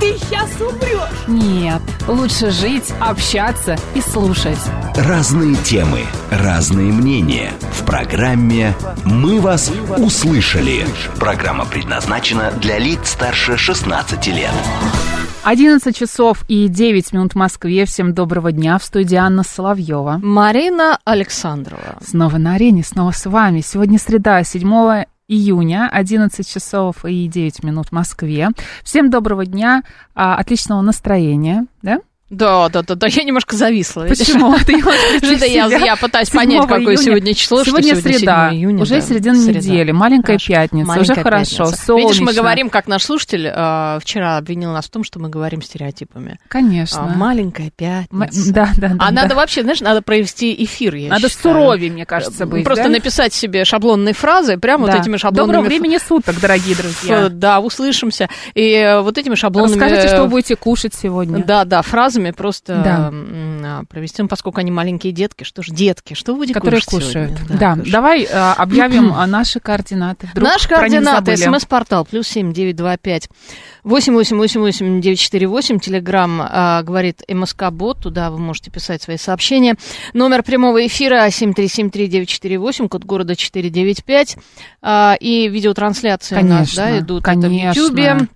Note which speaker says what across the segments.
Speaker 1: ты сейчас умрешь.
Speaker 2: Нет, лучше жить, общаться и слушать.
Speaker 3: Разные темы, разные мнения. В программе «Мы вас услышали». Программа предназначена для лиц старше 16 лет.
Speaker 2: 11 часов и 9 минут в Москве. Всем доброго дня. В студии Анна Соловьева.
Speaker 4: Марина Александрова.
Speaker 2: Снова на арене, снова с вами. Сегодня среда, 7 июня, 11 часов и 9 минут в Москве. Всем доброго дня, а, отличного настроения, да?
Speaker 4: Да, да, да, да, я немножко зависла. видишь?
Speaker 2: Почему? Ты его
Speaker 4: Что-то я,
Speaker 2: себя.
Speaker 4: я пытаюсь
Speaker 2: 7
Speaker 4: понять, какое
Speaker 2: июня.
Speaker 4: сегодня число,
Speaker 2: Сегодня
Speaker 4: что сегодня
Speaker 2: среда,
Speaker 4: 7 июня.
Speaker 2: уже
Speaker 4: да.
Speaker 2: середина
Speaker 4: Среда.
Speaker 2: недели, маленькая
Speaker 4: Хорошо.
Speaker 2: пятница,
Speaker 4: Маленькая
Speaker 2: уже хорошо,
Speaker 4: пятница. Видишь, мы
Speaker 2: солнечно.
Speaker 4: говорим, как наш слушатель э, вчера обвинил нас в том, что мы говорим стереотипами.
Speaker 2: Конечно.
Speaker 4: А, маленькая
Speaker 2: М-
Speaker 4: пятница.
Speaker 2: Да, да, да.
Speaker 4: А
Speaker 2: да.
Speaker 4: надо вообще, знаешь, надо провести эфир, я
Speaker 2: Надо
Speaker 4: считаю.
Speaker 2: суровее, мне кажется, быть.
Speaker 4: Просто
Speaker 2: да?
Speaker 4: написать себе шаблонные фразы, прям вот
Speaker 2: Да. Доброго
Speaker 4: этими шаблонными
Speaker 2: времени суток, дорогие друзья.
Speaker 4: ф- Да, услышимся. И э, вот этими шаблонными...
Speaker 2: Расскажите, что
Speaker 4: э,
Speaker 2: вы будете кушать сегодня.
Speaker 4: Да, да, фразами просто
Speaker 2: Да.
Speaker 4: м, а, провести, ну, поскольку они маленькие детки. Что ж, детки, что вы будете
Speaker 2: Которые
Speaker 4: кушать
Speaker 2: кушают.
Speaker 4: сегодня?
Speaker 2: Да,
Speaker 4: кушать.
Speaker 2: давай э, объявим э, наши координаты. Вдруг
Speaker 4: Наши
Speaker 2: про них
Speaker 4: координаты,
Speaker 2: забыли.
Speaker 4: смс-портал, эм плюс семь, девять, два, пять, восемь, восемь, восемь, восемь, девять, четыре, восемь, телеграмм, а, говорит МСК-бот, туда вы можете писать свои сообщения. Номер прямого эфира семь, три, семь, три, девять, четыре, восемь, код города четыре, девять, пять, А, и видеотрансляции у нас,
Speaker 2: Конечно,
Speaker 4: да, идут
Speaker 2: конечно.
Speaker 4: это в Ютьюбе. м,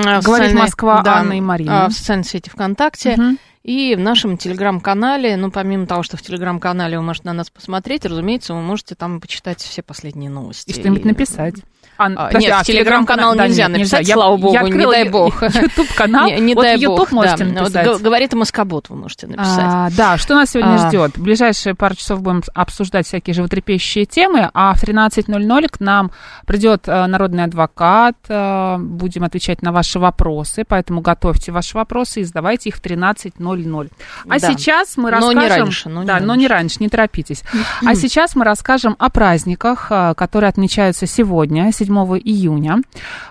Speaker 4: а,
Speaker 2: Говорит
Speaker 4: в социальной-
Speaker 2: Москва,
Speaker 4: да,
Speaker 2: Анна и Марина.
Speaker 4: а, В социальной сети ВКонтакте.
Speaker 2: Мгм.
Speaker 4: И в нашем телеграм-канале, ну, помимо того, что в телеграм-канале вы можете на нас посмотреть, разумеется, вы можете там почитать все последние новости.
Speaker 2: И что-нибудь написать. А,
Speaker 4: А,
Speaker 2: подожди,
Speaker 4: нет,
Speaker 2: а
Speaker 4: в телеграм-канал
Speaker 2: телеграм-кана-
Speaker 4: нельзя
Speaker 2: нет,
Speaker 4: написать, слава богу, не
Speaker 2: открыла
Speaker 4: дай
Speaker 2: ю-
Speaker 4: бог.
Speaker 2: Ютуб-канал,
Speaker 4: не, не
Speaker 2: вот
Speaker 4: дай
Speaker 2: в Ютуб
Speaker 4: бог,
Speaker 2: можете
Speaker 4: да. Вот
Speaker 2: написать.
Speaker 4: г- говорит Маскобот, вы можете написать.
Speaker 2: А, да, что нас сегодня
Speaker 4: А.
Speaker 2: ждет? В ближайшие пару часов будем обсуждать всякие животрепещущие темы, а в 13.00 к нам придет э, народный адвокат, э, будем отвечать на ваши вопросы, поэтому готовьте ваши вопросы и задавайте их в 13.00. А
Speaker 4: Да.
Speaker 2: сейчас мы
Speaker 4: Но
Speaker 2: расскажем...
Speaker 4: не раньше, но не
Speaker 2: да, но не раньше, не торопитесь. А сейчас мы расскажем о праздниках, э, которые отмечаются сегодня, 7 июня.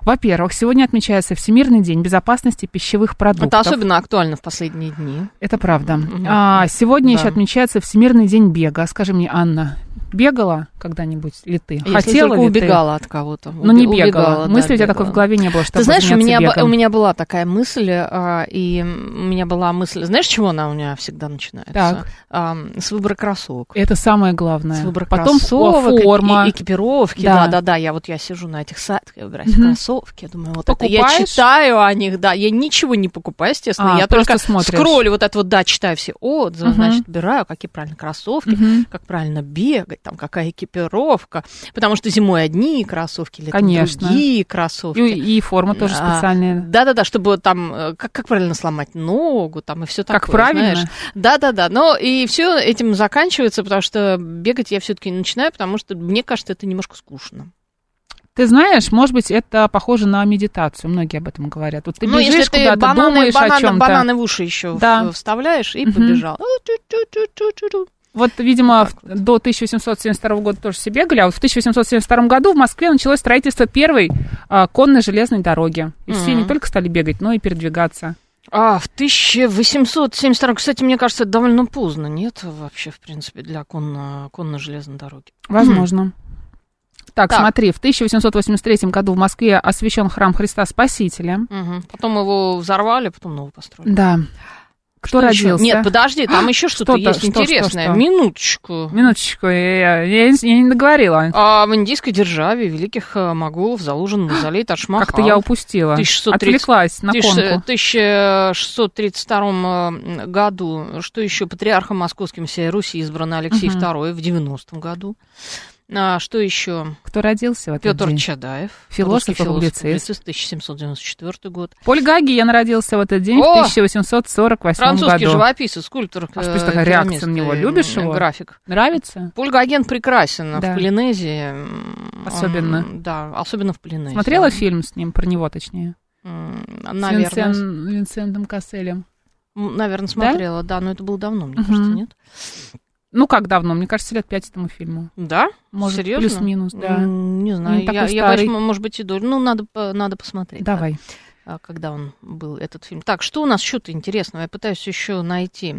Speaker 2: Во-первых, сегодня отмечается Всемирный день безопасности пищевых продуктов.
Speaker 4: Это особенно актуально в последние дни.
Speaker 2: Это правда.
Speaker 4: Мгм.
Speaker 2: А, сегодня
Speaker 4: Да.
Speaker 2: еще отмечается Всемирный день бега. Скажи мне, Анна, бегала когда-нибудь ли ты?
Speaker 4: Если
Speaker 2: Хотела
Speaker 4: только
Speaker 2: ли
Speaker 4: убегала от кого-то.
Speaker 2: ты? Ну, не бегала.
Speaker 4: Убегала, да,
Speaker 2: Мысли у тебя
Speaker 4: бегала.
Speaker 2: такой в голове не было, что
Speaker 4: Ты знаешь, у меня, бо-
Speaker 2: бегом.
Speaker 4: у меня была такая мысль, а, и у меня была мысль, знаешь, с чего она у меня всегда начинается?
Speaker 2: Так.
Speaker 4: А, с выбора кроссовок.
Speaker 2: Это самое главное.
Speaker 4: С выбора
Speaker 2: Потом
Speaker 4: кроссовок,
Speaker 2: фо-
Speaker 4: эки-
Speaker 2: форма.
Speaker 4: и- экипировки,
Speaker 2: Да.
Speaker 4: да. да, да, Я вот я сижу на этих сайтах, я выбираю себе
Speaker 2: Мгм.
Speaker 4: кроссовки, я думаю, вот это я
Speaker 2: Покупаешь?
Speaker 4: читаю о них, да, я ничего не покупаю, естественно,
Speaker 2: А,
Speaker 4: я
Speaker 2: просто
Speaker 4: только
Speaker 2: смотришь.
Speaker 4: скроллю вот это вот, да, читаю все отзывы,
Speaker 2: Мгм.
Speaker 4: значит, выбираю, какие правильно кроссовки,
Speaker 2: Мгм.
Speaker 4: как правильно бегать, там какая экипировка, потому что зимой одни кроссовки, летом
Speaker 2: Конечно.
Speaker 4: другие кроссовки.
Speaker 2: И, и форма тоже
Speaker 4: А,
Speaker 2: специальная.
Speaker 4: Да-да-да, чтобы там, э, как, как правильно сломать ногу, там и все такое.
Speaker 2: Как правильно?
Speaker 4: знаешь. Да-да-да, но и все этим заканчивается, потому что бегать я все-таки не начинаю, потому что мне кажется, это немножко скучно.
Speaker 2: Ты знаешь, может быть, это похоже на медитацию. Многие об этом говорят. Вот ты
Speaker 4: ну, если
Speaker 2: бежишь
Speaker 4: ты
Speaker 2: куда-то,
Speaker 4: бананы,
Speaker 2: думаешь
Speaker 4: бананы,
Speaker 2: о чем-то.
Speaker 4: бананы в уши еще
Speaker 2: Да.
Speaker 4: вставляешь и
Speaker 2: Мгм.
Speaker 4: побежал. Ну, Ту-ту-ту-ту-ту-ту.
Speaker 2: Вот, видимо,
Speaker 4: Так
Speaker 2: в- до 1872 года тоже все бегали, а вот в 1872 году в Москве началось строительство первой а, конной железной дороги. И все
Speaker 4: Мгм.
Speaker 2: не только стали бегать, но и передвигаться.
Speaker 4: А, в 1872, кстати, мне кажется, это довольно поздно, нет, вообще, в принципе, для конно- конно-железной дороги.
Speaker 2: Возможно. Так,
Speaker 4: Так.
Speaker 2: смотри, в 1883 году в Москве освящен храм Христа Спасителя.
Speaker 4: Мгм. Потом его взорвали, потом новый построили.
Speaker 2: Да. Кто
Speaker 4: Что ещё?
Speaker 2: родился?
Speaker 4: Нет, подожди, там еще что-то
Speaker 2: А? Что-то,
Speaker 4: есть
Speaker 2: что, что,
Speaker 4: интересное.
Speaker 2: что?
Speaker 4: Минуточку.
Speaker 2: Минуточку, я, я- я не- я не договорила.
Speaker 4: А в индийской державе великих э, моголов заложен мавзолей Ташмахал. э,
Speaker 2: Как-то я упустила.
Speaker 4: 1630.
Speaker 2: Отвлеклась на
Speaker 4: В
Speaker 2: конку.
Speaker 4: 1632 э, году, что еще, патриархом московским всей Руси избран Алексей
Speaker 2: Мгм.
Speaker 4: II в 90 году. А что еще?
Speaker 2: Кто родился в этот
Speaker 4: Петр
Speaker 2: день?
Speaker 4: Чадаев.
Speaker 2: Философ
Speaker 4: русский
Speaker 2: и публицист.
Speaker 4: 1794 год.
Speaker 2: Поль Гаген родился в этот день в
Speaker 4: О!
Speaker 2: 1848
Speaker 4: Французский
Speaker 2: году.
Speaker 4: живописец, скульптор.
Speaker 2: А что
Speaker 4: э,
Speaker 2: ж такая реакция на
Speaker 4: керамист
Speaker 2: него?
Speaker 4: и,
Speaker 2: Любишь
Speaker 4: э,
Speaker 2: его?
Speaker 4: График.
Speaker 2: Нравится?
Speaker 4: Польгаген прекрасен
Speaker 2: Да.
Speaker 4: в Полинезии. М,
Speaker 2: Особенно.
Speaker 4: он- да, особенно в Полинезии.
Speaker 2: Смотрела фильм с ним, про него точнее?
Speaker 4: М,
Speaker 2: С
Speaker 4: Наверное.
Speaker 2: Винсен- Винсентом Касселем.
Speaker 4: М, Наверное, смотрела, да? но это было давно, мне кажется,
Speaker 2: Мгм.
Speaker 4: нет?
Speaker 2: Ну, как давно? Мне кажется, лет пять этому фильму.
Speaker 4: Да?
Speaker 2: Может,
Speaker 4: Серьезно?
Speaker 2: плюс-минус, да.
Speaker 4: М, Не знаю,
Speaker 2: такой
Speaker 4: я, я,
Speaker 2: старый.
Speaker 4: боюсь, м- может быть, и дольше. Ну, надо, по- надо посмотреть. да,
Speaker 2: Давай.
Speaker 4: а, когда он был, этот фильм. Так, что у нас еще-то интересного? Я пытаюсь еще найти.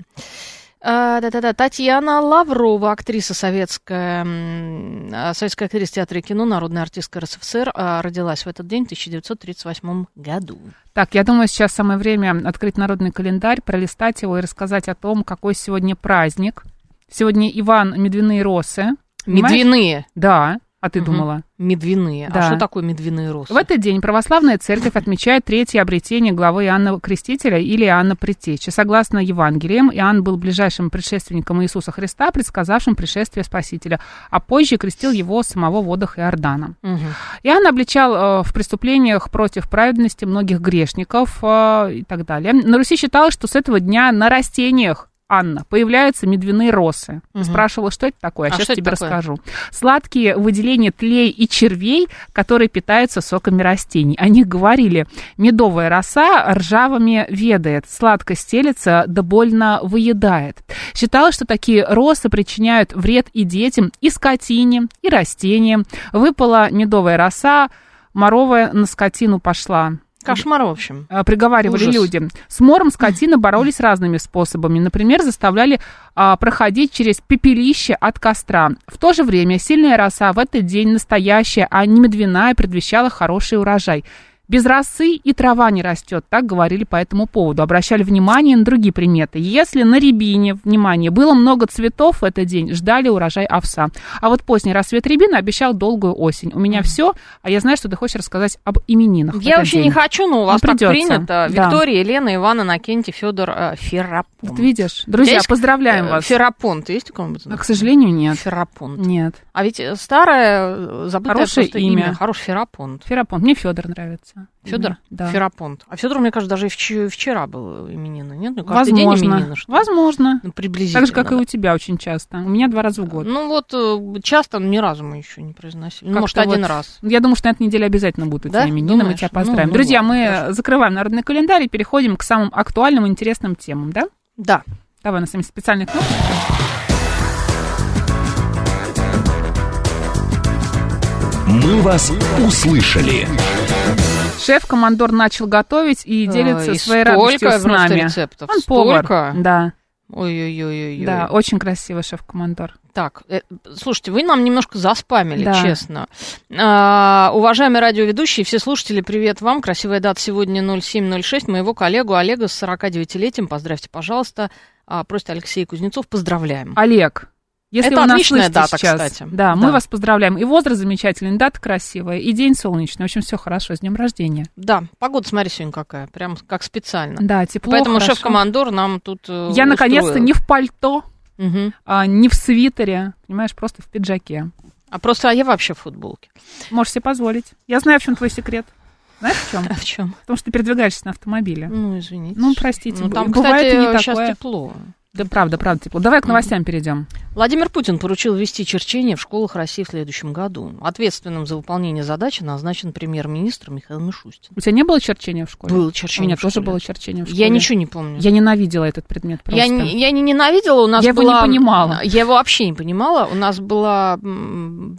Speaker 4: А, Да-да-да, Татьяна Лаврова, актриса советская, м, а, советская актриса театра и кино, народная артистка РСФСР, а, родилась в этот день, в 1938 году.
Speaker 2: Так, я думаю, сейчас самое время открыть народный календарь, пролистать его и рассказать о том, какой сегодня праздник. Сегодня Иван Медвяные росы. Понимаешь?
Speaker 4: Медвяные.
Speaker 2: Да. А ты
Speaker 4: Мгм.
Speaker 2: думала?
Speaker 4: Медвяные.
Speaker 2: Да.
Speaker 4: А что такое медвяные росы?
Speaker 2: В этот день православная церковь отмечает третье обретение главы Иоанна Крестителя или Иоанна Предтечи. Согласно Евангелиям, Иоанн был ближайшим предшественником Иисуса Христа, предсказавшим пришествие Спасителя, а позже крестил его самого в водах Иордана.
Speaker 4: Мгм.
Speaker 2: Иоанн обличал э, в преступлениях против праведности многих грешников э, и так далее. На Руси считалось, что с этого дня на растениях Анна, появляются медвяные росы. Ты
Speaker 4: Мгм.
Speaker 2: Спрашивала, что это такое, а,
Speaker 4: А
Speaker 2: сейчас
Speaker 4: что это
Speaker 2: тебе
Speaker 4: такое?
Speaker 2: расскажу. Сладкие выделения тлей и червей, которые питаются соками растений. О них говорили. Медовая роса ржавыми ведает, сладко стелется, да больно выедает. Считалось, что такие росы причиняют вред и детям, и скотине, и растениям. Выпала медовая роса, моровая на скотину пошла.
Speaker 4: Кошмар, в общем.
Speaker 2: А, приговаривали
Speaker 4: Ужас.
Speaker 2: люди. С мором скотина боролись разными способами. Например, заставляли а, проходить через пепелище от костра. В то же время сильная роса в этот день настоящая, а не медвяная, предвещала хороший урожай. Без росы и трава не растет, так говорили по этому поводу. Обращали внимание на другие приметы. Если на рябине, внимание, было много цветов в этот день, ждали урожай овса. А вот поздний рассвет рябины обещал долгую осень. У меня все, а я знаю, что ты хочешь рассказать об именинах. в
Speaker 4: Я
Speaker 2: этот
Speaker 4: вообще не
Speaker 2: день.
Speaker 4: хочу, но у вас
Speaker 2: Ну,
Speaker 4: так
Speaker 2: придётся.
Speaker 4: принято.
Speaker 2: Да.
Speaker 4: Виктория, Елена, Иван, Иннокентий, Федор Ферапонт.
Speaker 2: Вот видишь. Друзья,
Speaker 4: Есть,
Speaker 2: поздравляем
Speaker 4: Э,
Speaker 2: вас.
Speaker 4: Ферапонт есть у кого-нибудь?
Speaker 2: А, К сожалению, нет.
Speaker 4: Ферапонт.
Speaker 2: Нет.
Speaker 4: А ведь э, старое, э, забытое
Speaker 2: Хорошее
Speaker 4: просто имя.
Speaker 2: имя.
Speaker 4: Хороший Ферапонт.
Speaker 2: Ферапонт. Мне Федор нравится.
Speaker 4: Федор?
Speaker 2: Да.
Speaker 4: Ферапонт. А Федор, мне кажется, даже и вчера, вчера был именина, нет? Ну, каждый день
Speaker 2: Возможно.
Speaker 4: именина. что ли?
Speaker 2: Возможно.
Speaker 4: Ну, приблизительно.
Speaker 2: Так же, как и у тебя очень часто. У меня два раза в
Speaker 4: да.
Speaker 2: год.
Speaker 4: Ну вот э, часто ни разу мы еще не произносили. Ну,
Speaker 2: Как-то
Speaker 4: Может, один
Speaker 2: вот
Speaker 4: раз.
Speaker 2: Я думаю, что на этой неделе обязательно будут у
Speaker 4: Да?
Speaker 2: тебя именины, мы
Speaker 4: Думаешь?
Speaker 2: тебя
Speaker 4: Ну,
Speaker 2: поздравим.
Speaker 4: ну
Speaker 2: Друзья,
Speaker 4: ладно,
Speaker 2: мы
Speaker 4: хорошо.
Speaker 2: закрываем народный календарь и переходим к самым актуальным и интересным темам, да?
Speaker 4: Да.
Speaker 2: Давай, у нас с вами специальный кнопка.
Speaker 3: «Мы вас услышали».
Speaker 2: Шеф-командор начал готовить и делится
Speaker 4: Э, и
Speaker 2: своей
Speaker 4: столько
Speaker 2: радостью с
Speaker 4: просто
Speaker 2: нами.
Speaker 4: рецептов.
Speaker 2: Он повар.
Speaker 4: Столько.
Speaker 2: Да,
Speaker 4: Ой-ой-ой-ой.
Speaker 2: да, очень красивый шеф-командор.
Speaker 4: Так, э, слушайте, вы нам немножко заспамили,
Speaker 2: Да.
Speaker 4: честно. А, уважаемые радиоведущие, все слушатели, привет вам. Красивая дата сегодня 07.06. Моего коллегу Олега с 49-летием поздравьте, пожалуйста. А, просит Алексей Кузнецов, поздравляем.
Speaker 2: А- Олег, если
Speaker 4: Это
Speaker 2: вы нас
Speaker 4: отличная
Speaker 2: слышите
Speaker 4: дата,
Speaker 2: сейчас,
Speaker 4: кстати.
Speaker 2: Да, мы
Speaker 4: Да.
Speaker 2: вас поздравляем. И возраст замечательный, дата красивая, и день солнечный. В общем, все хорошо, с днем рождения.
Speaker 4: Да, погода, смотри, сегодня какая, прям как специально.
Speaker 2: Да, тепло,
Speaker 4: Поэтому
Speaker 2: хорошо.
Speaker 4: шеф-командор нам тут э,
Speaker 2: Я, наконец-то,
Speaker 4: устроил.
Speaker 2: не в пальто,
Speaker 4: Мгм.
Speaker 2: а, не в свитере, понимаешь, просто в пиджаке.
Speaker 4: А просто, а я вообще в футболке.
Speaker 2: Можешь себе позволить. Я знаю, в чем твой секрет. Знаешь, в чем?
Speaker 4: А в чем?
Speaker 2: В том, что ты передвигаешься на автомобиле.
Speaker 4: Ну, извините.
Speaker 2: Ну, простите,
Speaker 4: Ну, там,
Speaker 2: бывает и
Speaker 4: кстати,
Speaker 2: не
Speaker 4: сейчас
Speaker 2: такое.
Speaker 4: тепло.
Speaker 2: Да, правда, правда, тепло. Давай к новостям перейдем.
Speaker 4: Владимир Путин поручил ввести черчение в школах России в следующем году. Ответственным за выполнение задачи назначен премьер-министр Михаил Мишустин.
Speaker 2: У тебя не было черчения в школе?
Speaker 4: Было
Speaker 2: У
Speaker 4: черчение
Speaker 2: меня
Speaker 4: в
Speaker 2: тоже
Speaker 4: школе.
Speaker 2: было черчение в школе.
Speaker 4: Я ничего не помню.
Speaker 2: Я ненавидела этот предмет просто.
Speaker 4: Я, не, я не ненавидела, у нас
Speaker 2: Я его не
Speaker 4: была-
Speaker 2: понимала.
Speaker 4: Я его вообще не понимала. У нас была м,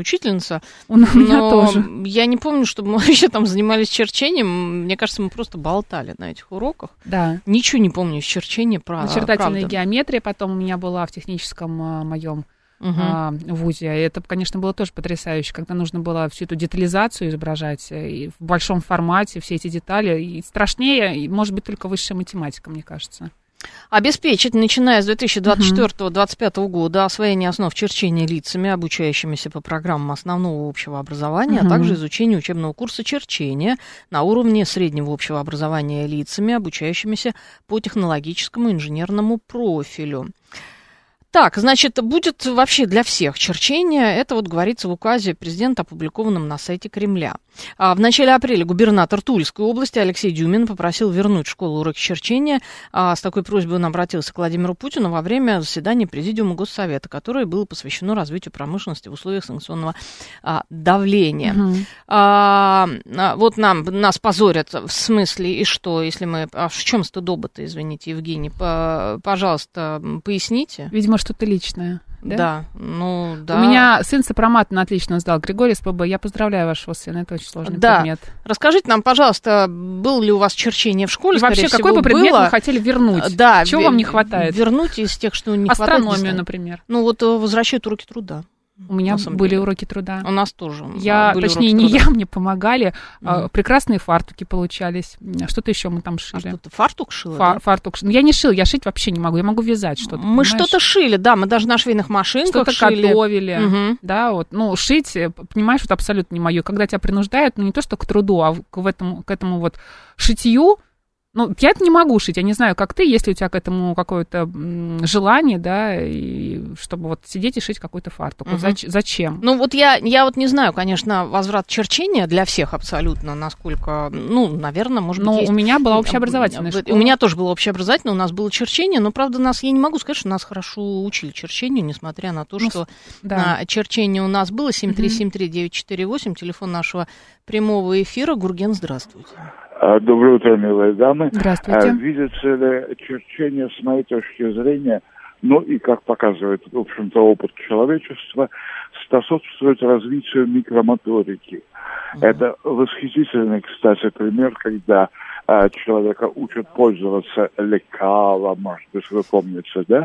Speaker 4: учительница,
Speaker 2: У меня
Speaker 4: но
Speaker 2: Ну, тоже.
Speaker 4: я не помню, чтобы мы вообще там занимались черчением. Мне кажется, мы просто болтали на этих уроках.
Speaker 2: Да.
Speaker 4: Ничего не помню из черчения, про-
Speaker 2: Начертательная
Speaker 4: А, правда.
Speaker 2: геометрия потом у меня была в техническом а, моем
Speaker 4: Мгм.
Speaker 2: а, вузе. И это, конечно, было тоже потрясающе, когда нужно было всю эту детализацию изображать э, и в большом формате, все эти детали. И страшнее, и, может быть, только высшая математика, мне кажется.
Speaker 4: обеспечить, начиная с 2024-2025 года, освоение основ черчения лицами, обучающимися по программам основного общего образования, а
Speaker 2: Мгм.
Speaker 4: также изучение учебного курса черчения на уровне среднего общего образования лицами, обучающимися по технологическому инженерному профилю. Так, значит, будет вообще для всех черчение. Это вот говорится в указе президента, опубликованном на сайте Кремля. А в начале апреля губернатор Тульской области Алексей Дюмин попросил вернуть школу уроки А с такой просьбой он обратился к Владимиру Путину во время заседания Президиума Госсовета, которое было посвящено развитию промышленности в условиях санкционного а, давления. А, а, вот нам, нас позорят в смысле и что, если мы... А в чем стыдоба-то, извините, Евгений? П- Пожалуйста, поясните.
Speaker 2: Видимо, что-то личное. Да?
Speaker 4: ну да.
Speaker 2: У меня сын сопроматно отлично сдал. Григорий СПБ. Я поздравляю вашего сына. Это очень сложный
Speaker 4: Да.
Speaker 2: предмет.
Speaker 4: Расскажите нам, пожалуйста, был ли у вас черчение в школе?
Speaker 2: И вообще,
Speaker 4: Ну, Скорее
Speaker 2: какой
Speaker 4: всего,
Speaker 2: бы предмет
Speaker 4: было.
Speaker 2: вы хотели вернуть?
Speaker 4: Да,
Speaker 2: Чего
Speaker 4: ве-
Speaker 2: вам не хватает?
Speaker 4: Вернуть из тех, что не хватает. не
Speaker 2: Астрономию,
Speaker 4: знаю.
Speaker 2: например.
Speaker 4: Ну вот э, возвращают уроки труда.
Speaker 2: У меня
Speaker 4: на самом
Speaker 2: были
Speaker 4: деле.
Speaker 2: уроки труда.
Speaker 4: У нас тоже. э,
Speaker 2: Я,
Speaker 4: были
Speaker 2: точнее,
Speaker 4: уроки
Speaker 2: не
Speaker 4: труда.
Speaker 2: я, мне помогали. А,
Speaker 4: Мгм.
Speaker 2: Прекрасные фартуки получались. М, Что-то еще мы там
Speaker 4: А
Speaker 2: шили.
Speaker 4: что ты фартук шила?
Speaker 2: Фа-
Speaker 4: да?
Speaker 2: Фартук. ш- Ну, я не шил, я шить вообще не могу. Я могу вязать что-то.
Speaker 4: Мы
Speaker 2: понимаешь?
Speaker 4: что-то шили, да, мы даже на швейных
Speaker 2: что-то
Speaker 4: машинках шили.
Speaker 2: готовили.
Speaker 4: Мгм.
Speaker 2: Да, вот, ну, шить, э, п- понимаешь, вот абсолютно не мое. Когда тебя принуждают, ну, не то, что к труду, а в- к, в этому, к этому вот шитью, ну, я это не могу шить, я не знаю, как ты, если у тебя к этому какое-то м, желание, да, и чтобы вот сидеть и шить какой-то фартук. Вот
Speaker 4: Мгм.
Speaker 2: зач- зачем?
Speaker 4: Ну вот я, я вот не знаю, конечно, возврат черчения для всех абсолютно, насколько, ну, наверное, может
Speaker 2: Но
Speaker 4: быть, есть.
Speaker 2: у меня была общеобразовательная
Speaker 4: Об-
Speaker 2: школа.
Speaker 4: У меня тоже было общеобразовательное, у нас было черчение, но, правда, нас, я не могу сказать, что нас хорошо учили черчению, несмотря на то,
Speaker 2: Ну,
Speaker 4: что
Speaker 2: да.
Speaker 4: на черчение у нас было 7373948, телефон нашего прямого эфира. Гурген, здравствуйте.
Speaker 5: А, Доброе утро, милые дамы. А,
Speaker 2: Здравствуйте.
Speaker 5: Видится ли черчение, с моей точки зрения, ну и, как показывает, в общем-то, опыт человечества, способствует развитию микромоторики. Это восхитительный, кстати, пример, когда а, человека учат пользоваться лекалом, может быть, вы помните, да?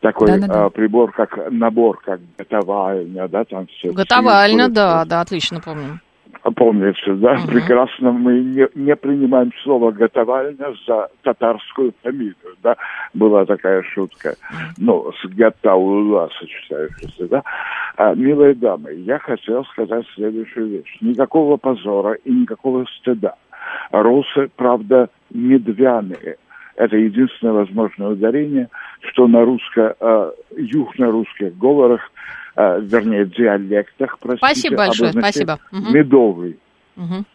Speaker 5: Такой
Speaker 2: Да-да-да.
Speaker 5: а, прибор, как набор, как готовальня, да, там все.
Speaker 4: Готовально,
Speaker 5: всё
Speaker 4: да,
Speaker 5: происходит.
Speaker 4: да, отлично помню.
Speaker 5: Помнится, да,
Speaker 4: Мгм.
Speaker 5: прекрасно мы не, не принимаем слово «готовальня» за татарскую фамилию, да, была такая шутка, ну, с «гатаула» сочетающаяся, да. А, милые дамы, я хотел сказать следующую вещь. Никакого позора и никакого стыда. Русы, правда, медвяные. Это единственное возможное ударение, что на русско, э, южно-русских говорах, э, вернее, диалектах, простите,
Speaker 4: Спасибо большое,
Speaker 5: обозначает
Speaker 4: спасибо. Мгм,
Speaker 5: Медовый.
Speaker 4: мгм,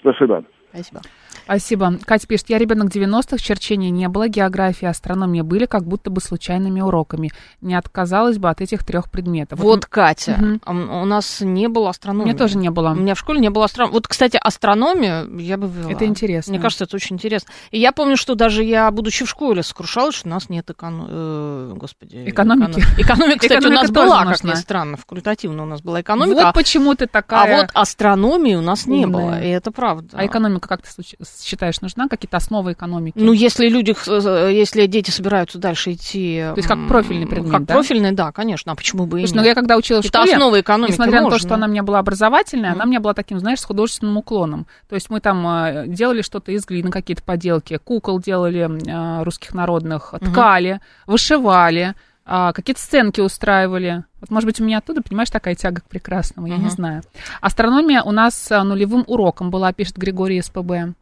Speaker 5: Спасибо.
Speaker 4: Спасибо.
Speaker 2: А Спасибо. Катя пишет, я ребенок 90-х, черчения не было, география и астрономия были как будто бы случайными уроками. Не отказалась бы от этих трех предметов.
Speaker 4: Вот, Катя,
Speaker 2: Мгм.
Speaker 4: а м- у нас не было
Speaker 2: у
Speaker 4: астрономии.
Speaker 2: меня тоже не
Speaker 4: У
Speaker 2: было.
Speaker 4: меня в школе не было астрономии. Вот, кстати, астрономию я бы ввела.
Speaker 2: Это интересно.
Speaker 4: Мне кажется, это очень интересно. И я помню, что даже я, будучи в школе, сокрушалась, что у нас нет эконом... э, господи,
Speaker 2: Экономики.
Speaker 4: эконом- Экономика, кстати,
Speaker 2: Экономика
Speaker 4: у нас
Speaker 2: тоже
Speaker 4: была, как
Speaker 2: нужна.
Speaker 4: ни странно, факультативно у нас была экономика. а-
Speaker 2: Вот почему ты
Speaker 4: а
Speaker 2: такая.
Speaker 4: вот астрономии у нас не
Speaker 2: умная.
Speaker 4: было, и это правда.
Speaker 2: А экономика, как ты случ- считаешь, нужна? Какие-то основы экономики?
Speaker 4: Ну, если люди, э, если дети собираются дальше идти... То
Speaker 2: есть как профильный предмет,
Speaker 4: Как
Speaker 2: да?
Speaker 4: профильный, да, конечно. А почему бы и
Speaker 2: Слушай, ну,
Speaker 4: нет?
Speaker 2: я когда училась в
Speaker 4: Это
Speaker 2: школе,
Speaker 4: основа экономики
Speaker 2: несмотря на то,
Speaker 4: можно.
Speaker 2: что она у меня была образовательная, она
Speaker 4: Ну, Мгм.
Speaker 2: у меня была таким, знаешь, с художественным уклоном. То есть мы там э, делали что-то из глины, какие-то поделки, кукол делали э, русских народных, ткали, вышивали, а, какие-то сценки устраивали. Вот, может быть, у меня оттуда, понимаешь, такая тяга к прекрасному, я не
Speaker 4: Мгм.
Speaker 2: знаю. Астрономия у нас э, нулевым уроком была, пишет Григорий СПБ.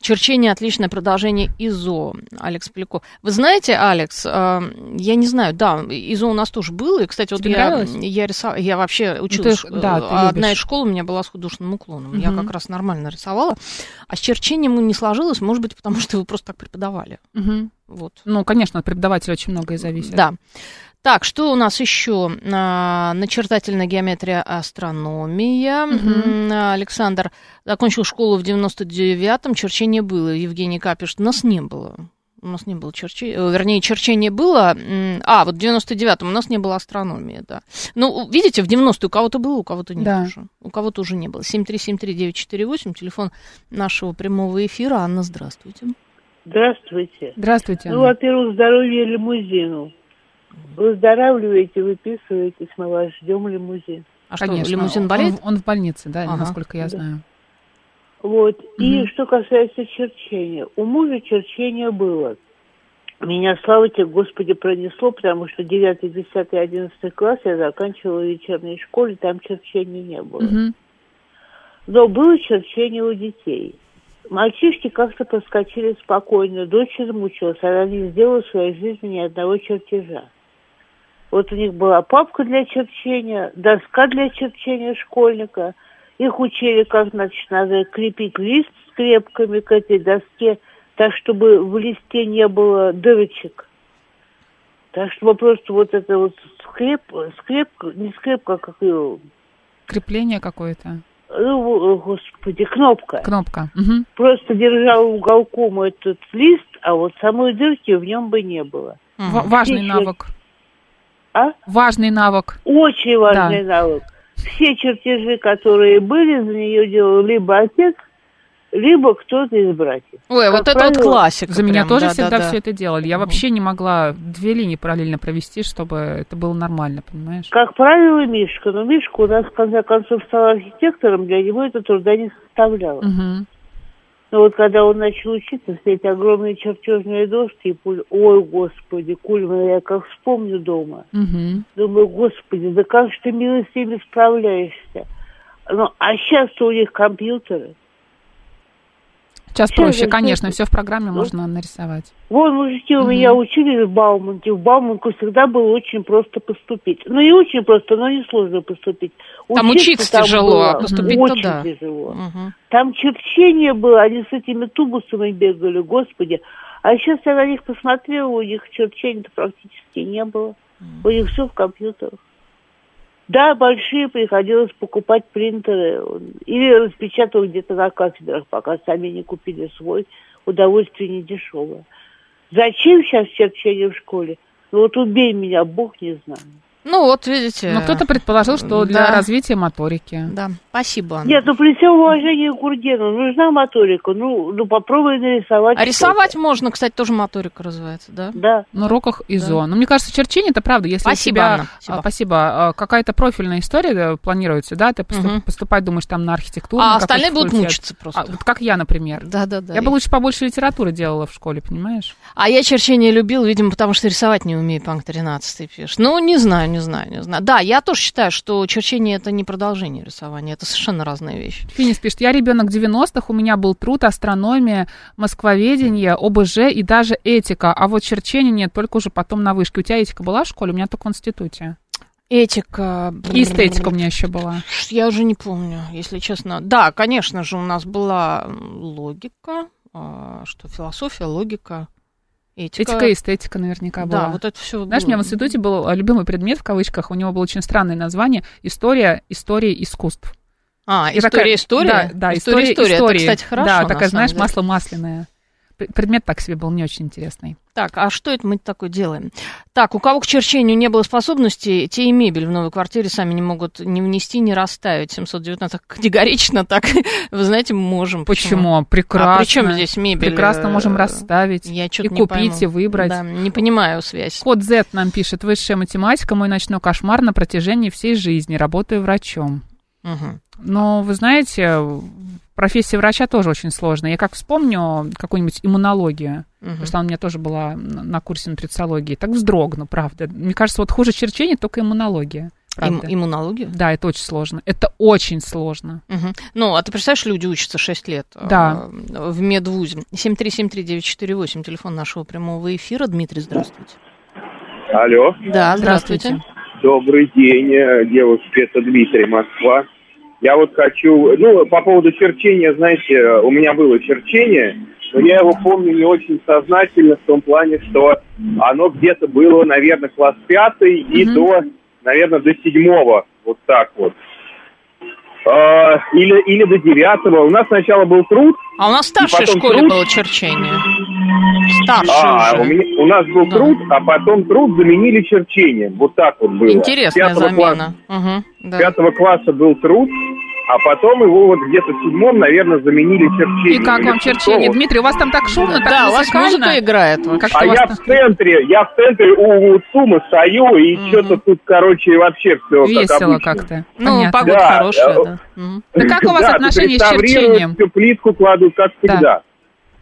Speaker 4: Черчение отличное продолжение ИЗО, Алекс Поляков. Вы знаете, Алекс, э, я не знаю, да, ИЗО у нас тоже было. И, кстати, вот
Speaker 2: Тебе
Speaker 4: я,
Speaker 2: нравилось? Ну,
Speaker 4: я рисовала, я вообще
Speaker 2: ты
Speaker 4: училась.
Speaker 2: ж- да,
Speaker 4: э,
Speaker 2: ты
Speaker 4: а одна
Speaker 2: любишь.
Speaker 4: из школ у меня была с художественным уклоном. Я
Speaker 2: Мгм.
Speaker 4: как раз нормально рисовала. А с черчением не сложилось, может быть, потому что вы просто так преподавали.
Speaker 2: Мгм.
Speaker 4: Вот.
Speaker 2: Ну, конечно, от преподавателя очень многое зависит.
Speaker 4: Да. Так, что у нас еще? А, Начертательная геометрия, астрономия.
Speaker 2: Мгм.
Speaker 4: М, а, Александр закончил школу в 99-м, черчение было. Евгений К. пишет, нас не было. У нас не было черчения, вернее, черчение было, м, а, вот в 99-м у нас не было астрономии, да. Ну, видите, в 90-е у кого-то было, у кого-то нет
Speaker 2: Да.
Speaker 4: уже. У кого-то уже не было. 7373948, телефон нашего прямого эфира. Анна, здравствуйте.
Speaker 6: Здравствуйте.
Speaker 2: Здравствуйте.
Speaker 6: Ну,
Speaker 2: Анна.
Speaker 6: во-первых, здоровье лимузину. Выздоравливаете, выписываетесь, мы вас ждем лимузин.
Speaker 4: А что,
Speaker 2: Конечно.
Speaker 4: лимузин
Speaker 2: он-
Speaker 4: болеет?
Speaker 2: Он, в больнице, да,
Speaker 4: Ага.
Speaker 2: насколько я знаю.
Speaker 6: Вот. И
Speaker 2: Мгм.
Speaker 6: что касается черчения. У мужа черчение было. Меня, слава тебе, Господи, пронесло, потому что 9, 10, 11 класс я заканчивала в вечерней школе, там черчения не было.
Speaker 2: Мгм.
Speaker 6: Но было черчение у детей. Мальчишки как-то проскочили спокойно. Дочь измучилась, она не сделала в своей жизни ни одного чертежа. Вот у них была папка для черчения, доска для черчения школьника Их учили, как, значит, надо крепить лист скрепками к этой доске, так, чтобы в листе не было дырочек. Так что просто вот это вот скреп, скрепка, не скрепка, а как ее...
Speaker 2: Крепление какое-то.
Speaker 6: Ну, господи, кнопка.
Speaker 2: Кнопка. Угу.
Speaker 6: Просто держал уголком этот лист, а вот самой дырки в нем бы не было.
Speaker 2: В- важный
Speaker 6: Все чер-
Speaker 2: навык.
Speaker 6: А?
Speaker 2: Важный навык.
Speaker 6: Очень важный навык. Все чертежи, которые были, за нее делал либо отец, либо кто-то из братьев.
Speaker 4: Ой, вот это вот
Speaker 6: правило,
Speaker 4: классика.
Speaker 2: За меня
Speaker 4: прям,
Speaker 2: тоже
Speaker 4: да,
Speaker 2: всегда
Speaker 4: да, да.
Speaker 2: все это делали. Я вообще не могла две линии параллельно провести, чтобы это было нормально, понимаешь?
Speaker 6: Как правило, Мишка. Но Мишка у нас, в конце концов, стал архитектором, для него это труда не составляло.
Speaker 2: Мгм.
Speaker 6: Но вот когда он начал учиться, все эти огромные чертежные доски и пуль... Ой, господи, Кульман, я как вспомню дома.
Speaker 2: Мгм.
Speaker 6: Думаю, господи, да как же ты мило с ними справляешься? Ну, а сейчас-то у них компьютеры.
Speaker 2: Сейчас
Speaker 6: Всё
Speaker 2: проще,
Speaker 6: же
Speaker 2: конечно,
Speaker 6: всё-
Speaker 2: все в
Speaker 6: Ну.
Speaker 2: программе можно нарисовать.
Speaker 6: Вон мужики у меня учились в Бауманке. В Бауманку всегда было очень просто поступить. Ну, не очень просто, но не сложно поступить.
Speaker 4: Там учиться тяжело,
Speaker 6: было
Speaker 4: а поступить-то
Speaker 6: очень
Speaker 4: да.
Speaker 6: тяжело.
Speaker 4: Мгм.
Speaker 6: Там черчение было, они с этими тубусами бегали, господи. А сейчас я на них посмотрела, у них черчения-то практически не было. У них все в компьютерах. Да, большие приходилось покупать принтеры он- или распечатывать где-то на кафедрах, пока сами не купили свой. Удовольствие не дешевое. Зачем сейчас черчение в школе? Ну вот убей меня, бог не знаю.
Speaker 4: Ну вот, видите.
Speaker 2: Но кто-то предположил, что для
Speaker 4: Да.
Speaker 2: развития моторики.
Speaker 4: Да, спасибо. Анна.
Speaker 6: Нет, ну при всем уважении к Гургену, нужна моторика. Ну, ну попробуй нарисовать.
Speaker 4: А рисовать
Speaker 6: что-то.
Speaker 4: можно, кстати, тоже моторика развивается, да?
Speaker 6: Да.
Speaker 2: На уроках ИЗО. Но мне кажется, черчение это правда. Если у
Speaker 4: Спасибо,
Speaker 2: тебя-
Speaker 4: Анна.
Speaker 2: а,
Speaker 4: Спасибо.
Speaker 2: спасибо. А, Какая-то профильная история да, планируется, да? Ты поступ-
Speaker 4: Мгм.
Speaker 2: поступать думаешь там на архитектуру.
Speaker 4: А остальные будут мучиться просто.
Speaker 2: вот как я, например.
Speaker 4: Да, да, да.
Speaker 2: я бы лучше побольше литературы делала в школе, понимаешь?
Speaker 4: А я черчение любил, видимо, потому что рисовать не умею, Панк 13 пишет. Ну, не знаю, не знаю, не знаю. Да, я тоже считаю, что черчение это не продолжение рисования, это совершенно разные вещи.
Speaker 2: Финис пишет, я ребенок 90-х, у меня был труд, астрономия, москвоведение, ОБЖ и даже этика. А вот черчения нет, только уже потом на вышке. У тебя этика была в школе? У меня только в институте.
Speaker 4: Этика.
Speaker 2: И эстетика у меня еще была.
Speaker 4: Я уже не помню, если честно. Да, конечно же, у нас была м, логика, а, что философия, логика, этика.
Speaker 2: Этика и эстетика наверняка была.
Speaker 4: Да, вот это все.
Speaker 2: Знаешь, у меня в институте был э, любимый предмет в кавычках, у него было очень странное название «История истории искусств».
Speaker 4: А,
Speaker 2: И такая-
Speaker 4: история,
Speaker 2: Да,
Speaker 4: история.
Speaker 2: да,
Speaker 4: история, история. Это,
Speaker 2: истории.
Speaker 4: кстати, хорошо.
Speaker 2: Да,
Speaker 4: на
Speaker 2: такая,
Speaker 4: самом
Speaker 2: знаешь,
Speaker 4: деле.
Speaker 2: масло масляное. Пр- Предмет так себе был не очень интересный.
Speaker 4: Так, а что это мы такое делаем? Так, у кого к черчению не было способности, те и мебель в новой квартире сами не могут ни внести, ни расставить. 719 категорично так, вы знаете, можем.
Speaker 2: Почему? Прекрасно.
Speaker 4: А при чем здесь мебель?
Speaker 2: Прекрасно можем
Speaker 4: Э,
Speaker 2: расставить.
Speaker 4: Я
Speaker 2: и
Speaker 4: что-то не
Speaker 2: купить,
Speaker 4: пойму.
Speaker 2: и выбрать.
Speaker 4: Да, не понимаю связь.
Speaker 2: Код Z нам пишет. Высшая математика, мой ночной кошмар на протяжении всей жизни. Работаю врачом.
Speaker 4: Мгм.
Speaker 2: Но, вы знаете, профессия врача тоже очень сложная. Я как вспомню какую-нибудь иммунологию, потому что она у меня тоже была на на курсе нутрициологии, так вздрогну, правда. Мне кажется, вот хуже черчения только иммунология.
Speaker 4: Им-
Speaker 2: Правда.
Speaker 4: иммунологию?
Speaker 2: Да, это очень сложно. Это очень сложно.
Speaker 4: Мгм. Ну, а ты представляешь, люди учатся 6 лет э,
Speaker 2: Да.
Speaker 4: в медвузе. 7373948, телефон нашего прямого эфира. Дмитрий, здравствуйте.
Speaker 5: Алло,
Speaker 4: Да,
Speaker 2: Здравствуйте.
Speaker 4: здравствуйте.
Speaker 5: добрый день, э, девушка, это Дмитрий, Москва. Я вот хочу, ну, по поводу черчения, знаете, э, у меня было черчение, но я его помню не очень сознательно в том плане, что оно где-то было, наверное, класс пятый и
Speaker 2: Мгм.
Speaker 5: до, наверное, до седьмого, вот так вот. А, Или, или до девятого. У нас сначала был труд,
Speaker 4: А у нас в старшей
Speaker 5: потом
Speaker 4: школе
Speaker 5: труд.
Speaker 4: было черчение. Старше
Speaker 5: А,
Speaker 4: уже.
Speaker 5: у, меня- у нас был
Speaker 4: Да.
Speaker 5: труд, а потом труд заменили черчением. Вот так вот было.
Speaker 4: Интересная
Speaker 5: Пятого
Speaker 4: замена. Угу,
Speaker 5: класса-
Speaker 4: да.
Speaker 5: пятого класса был труд, а потом его вот где-то в седьмом, наверное, заменили
Speaker 2: И
Speaker 5: черчением.
Speaker 2: как
Speaker 5: Или
Speaker 2: вам
Speaker 5: шестого.
Speaker 2: черчение? Дмитрий, у вас там так шумно, так
Speaker 4: Да, у вас
Speaker 2: музыкально.
Speaker 4: музыка играет. вообще.
Speaker 2: Как
Speaker 5: А
Speaker 2: что у вас
Speaker 5: я
Speaker 2: там?
Speaker 5: в центре, я в центре у, у Сумы стою, и
Speaker 4: Мгм.
Speaker 5: что-то тут, короче, вообще все как
Speaker 2: Весело
Speaker 5: обычно.
Speaker 2: как-то.
Speaker 4: Ну,
Speaker 2: Понятно.
Speaker 4: погода
Speaker 5: Да,
Speaker 4: хорошая,
Speaker 5: э,
Speaker 4: да. Мгм.
Speaker 2: Да как у вас
Speaker 5: Да, тут
Speaker 2: отношения с
Speaker 5: реставрируют,
Speaker 2: черчением?
Speaker 5: всю плитку кладут, как всегда.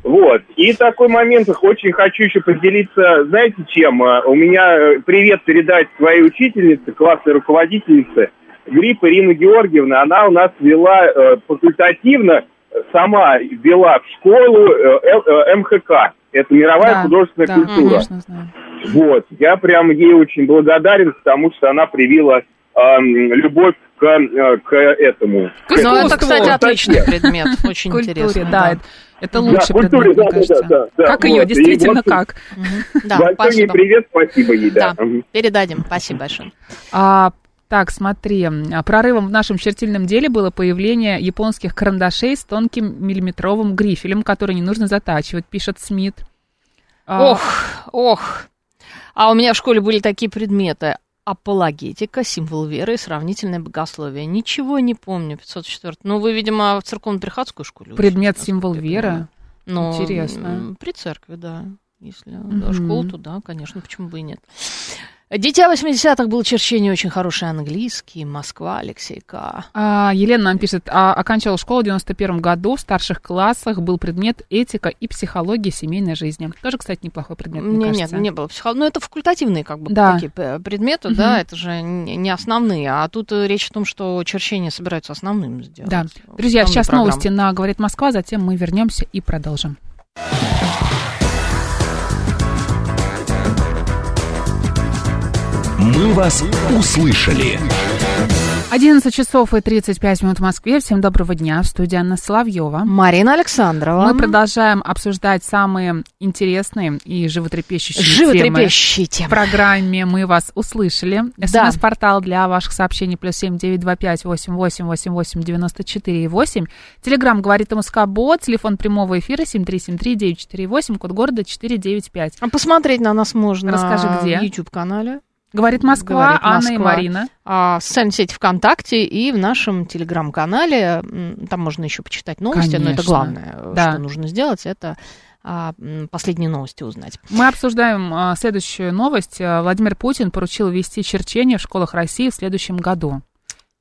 Speaker 5: Вот. И такой момент, их очень хочу еще поделиться, знаете, чем? А, У меня э, привет передать своей учительнице, классной руководительнице, Грипп Ирина Георгиевна. Она у нас вела э, факультативно, э, сама вела в школу э, Л- э, МХК. Это мировая
Speaker 2: Да,
Speaker 5: художественная
Speaker 2: да,
Speaker 5: культура.
Speaker 2: конечно, знаю.
Speaker 5: Вот, я прям ей очень благодарен, потому что она привила эм, любовь к
Speaker 7: к, э, к этому.
Speaker 2: К
Speaker 4: Ну, это,
Speaker 2: искусству.
Speaker 4: кстати, отличный предмет, очень
Speaker 2: Культуре,
Speaker 4: интересный.
Speaker 2: да, это- это лучший
Speaker 7: да, культуре,
Speaker 2: предмет,
Speaker 7: да,
Speaker 2: мне
Speaker 7: да,
Speaker 2: кажется.
Speaker 7: да, да,
Speaker 2: Как
Speaker 7: вот.
Speaker 2: ее,
Speaker 7: И
Speaker 2: действительно,
Speaker 7: вот-
Speaker 2: как?
Speaker 4: Да,
Speaker 7: Большой ей
Speaker 4: спасибо.
Speaker 7: привет, спасибо ей, да.
Speaker 4: Да. Передадим. Спасибо большое.
Speaker 2: А, так, смотри, а, прорывом в нашем чертильном деле было появление японских карандашей с тонким миллиметровым грифелем, который не нужно затачивать, пишет Смит. А,
Speaker 4: Ох, ох. А у меня в школе были такие предметы. Апологетика, символ веры и сравнительное богословие. Ничего не помню, 504. Ну, вы, видимо, в церковно-приходской школе.
Speaker 2: Предмет
Speaker 4: учились,
Speaker 2: символ
Speaker 4: насколько я
Speaker 2: веры.
Speaker 4: понимаю. Ну,
Speaker 2: Интересно.
Speaker 4: м, При церкви, да. Если да,
Speaker 2: Мгм.
Speaker 4: школа, то да, конечно, почему бы и нет. Дитя 80-х был черчение очень хороший английский, Москва, Алексей К.
Speaker 2: А, Елена нам пишет, а, оканчивала школу в 91 году, в старших классах был предмет этика и психология семейной жизни. Тоже, кстати, неплохой предмет, мне,
Speaker 4: Не, нет,
Speaker 2: кажется.
Speaker 4: не было психологии. Ну, это факультативные как бы
Speaker 2: Да.
Speaker 4: такие п- предметы,
Speaker 2: Мгм.
Speaker 4: да, это же не не основные. А тут э, речь о том, что черчение собираются основным сделать.
Speaker 2: Да. Друзья,
Speaker 4: Основную
Speaker 2: сейчас
Speaker 4: программу.
Speaker 2: новости на «Говорит Москва», затем мы вернемся и продолжим.
Speaker 3: «Мы вас услышали».
Speaker 2: 11 часов и 35 минут в Москве. Всем доброго дня. В студии Анна Соловьева.
Speaker 4: Марина Александрова.
Speaker 2: Мы продолжаем обсуждать самые интересные и животрепещущие темы.
Speaker 4: Животрепещущие
Speaker 2: В
Speaker 4: темы.
Speaker 2: программе мы вас услышали.
Speaker 4: Да.
Speaker 2: СМС-портал для ваших сообщений плюс семь девять два пять восемь восемь восемь восемь девяносто четыре и восемь. Телеграмм говорит МСК Бот. Телефон прямого эфира семь три семь три девять четыре восемь. Код города четыре девять пять.
Speaker 4: А Посмотреть на нас можно
Speaker 2: Расскажи, где?
Speaker 4: в YouTube-канале,
Speaker 2: Говорит Москва,
Speaker 4: Говорит
Speaker 2: Анна и
Speaker 4: Москва.
Speaker 2: Марина.
Speaker 4: а, в социальной сети ВКонтакте и в нашем Телеграм-канале. М, Там можно еще почитать новости, но
Speaker 2: Конечно.
Speaker 4: это главное, э,
Speaker 2: Да.
Speaker 4: что нужно сделать, это а, м, последние новости узнать.
Speaker 2: Мы обсуждаем а, следующую новость. А, Владимир Путин поручил вести черчение в школах России в следующем году.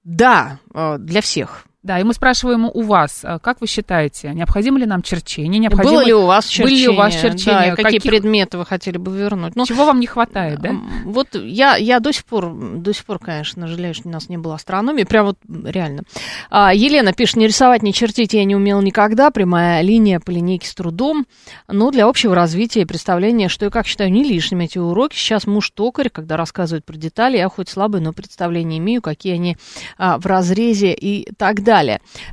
Speaker 4: Да, э, для всех.
Speaker 2: Да, и мы спрашиваем у вас, а, как вы считаете, необходимо ли нам черчение? Необходимо
Speaker 4: Было ли у вас
Speaker 2: были
Speaker 4: черчение?
Speaker 2: ли у вас
Speaker 4: Да, и
Speaker 2: черчения?
Speaker 4: какие
Speaker 2: Каких-
Speaker 4: предметы вы хотели бы вернуть? Ну,
Speaker 2: Чего вам не хватает, да?
Speaker 4: м, Вот я, я до сих пор, до сих пор, конечно, жалею, что у нас не было астрономии. Прям вот м, реально. А, Елена пишет, не рисовать, не чертить я не умела никогда. Прямая линия по линейке с трудом. Но для общего развития и представления, что я как считаю не лишним эти уроки. Сейчас муж токарь, когда рассказывает про детали, я хоть слабый, но представление имею, какие они а, в разрезе и так далее.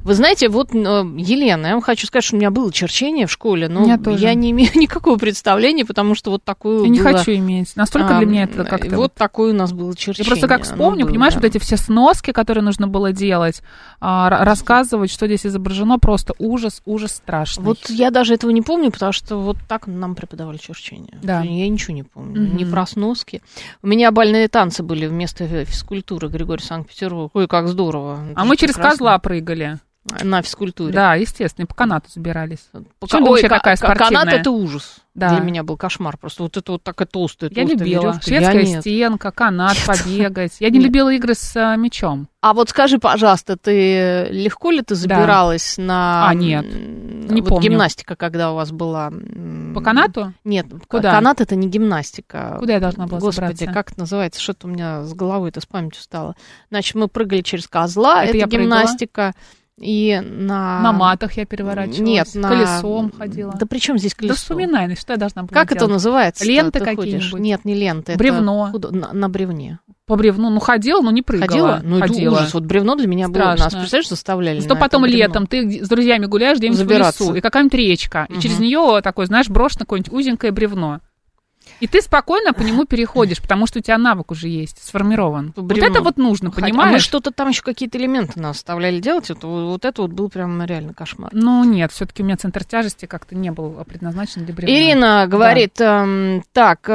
Speaker 4: Вы знаете, вот, э, Елена, я вам хочу сказать, что у меня было черчение в школе, но
Speaker 2: У меня тоже.
Speaker 4: я не имею никакого представления, потому что вот такую
Speaker 2: Я не хочу иметь. Настолько для
Speaker 4: Ам,
Speaker 2: меня это как-то...
Speaker 4: Вот,
Speaker 2: вот-
Speaker 4: такое у нас было
Speaker 2: Я
Speaker 4: черчение.
Speaker 2: просто как
Speaker 4: Оно
Speaker 2: вспомню,
Speaker 4: было,
Speaker 2: понимаешь,
Speaker 4: да.
Speaker 2: вот эти все сноски, которые нужно было делать, а, ра- рассказывать, что здесь изображено, просто ужас, ужас страшный.
Speaker 4: Вот я даже этого не помню, потому что вот так нам преподавали черчение.
Speaker 2: Да.
Speaker 4: Я ничего не помню,
Speaker 2: Мгм.
Speaker 4: ни про сноски. У меня бальные танцы были вместо э, физкультуры Григорий Санкт-Петербург. Ой, как здорово. Это
Speaker 2: а
Speaker 4: же
Speaker 2: мы через
Speaker 4: прекрасно.
Speaker 2: козла прыгали.
Speaker 4: На физкультуре.
Speaker 2: Да, естественно, и по канату забирались.
Speaker 4: Пока-
Speaker 2: Чем ты вообще
Speaker 4: ка-
Speaker 2: такая
Speaker 4: ка- канат
Speaker 2: спортивная?
Speaker 4: это ужас.
Speaker 2: Да.
Speaker 4: Для меня был кошмар. Просто вот это вот такая толстая,
Speaker 2: Я
Speaker 4: толстая
Speaker 2: любила.
Speaker 4: веревка. Я
Speaker 2: Шведская
Speaker 4: нет.
Speaker 2: стенка, канат,
Speaker 4: Нет.
Speaker 2: побегать. Я не
Speaker 4: Нет.
Speaker 2: любила игры с а, мячом.
Speaker 4: А вот скажи, пожалуйста, ты легко ли ты забиралась на
Speaker 2: А, нет,
Speaker 4: м,
Speaker 2: не
Speaker 4: вот
Speaker 2: помню.
Speaker 4: гимнастика, когда у вас была м,
Speaker 2: По канату?
Speaker 4: Нет,
Speaker 2: Куда?
Speaker 4: Куда? канат это не гимнастика.
Speaker 2: Куда я должна была
Speaker 4: Господи,
Speaker 2: забраться?
Speaker 4: как это называется? Что-то у меня с головой это с памятью стало. Значит, мы прыгали через козла,
Speaker 2: Это
Speaker 4: это,
Speaker 2: я прыгала.
Speaker 4: гимнастика и на
Speaker 2: На матах я переворачивалась.
Speaker 4: а, Нет, на
Speaker 2: Колесом ходила.
Speaker 4: Да при чем здесь
Speaker 2: Да
Speaker 4: колесо?
Speaker 2: вспоминай, ну что я должна была
Speaker 4: Как это
Speaker 2: делать?
Speaker 4: называется?
Speaker 2: Ленты какие-нибудь?
Speaker 4: Нет, не ленты. это
Speaker 2: Бревно.
Speaker 4: куда- На, на бревне.
Speaker 2: По бревну. Ну, ходила, но не прыгала.
Speaker 4: Ходила? Ну, это
Speaker 2: Ходила.
Speaker 4: ужас. Вот бревно для меня было.
Speaker 2: Страшно.
Speaker 4: Нас, представляешь, заставляли
Speaker 2: Что
Speaker 4: на
Speaker 2: потом
Speaker 4: этом бревно.
Speaker 2: летом ты где- с друзьями гуляешь где-нибудь
Speaker 4: Забираться.
Speaker 2: в лесу, и какая-нибудь речка, и через
Speaker 4: Мгм.
Speaker 2: нее такое, знаешь, брошено какое-нибудь узенькое бревно. И ты спокойно по нему переходишь, потому что у тебя навык уже есть, сформирован.
Speaker 4: По
Speaker 2: вот
Speaker 4: бревну.
Speaker 2: это вот нужно,
Speaker 4: Хотя- а
Speaker 2: понимаешь?
Speaker 4: мы что-то там еще какие-то элементы нас заставляли делать. Это, вот это вот был прям реально кошмар.
Speaker 2: Ну нет, все-таки у меня центр тяжести как-то не был предназначен для бревна.
Speaker 4: Ирина говорит, эм, так,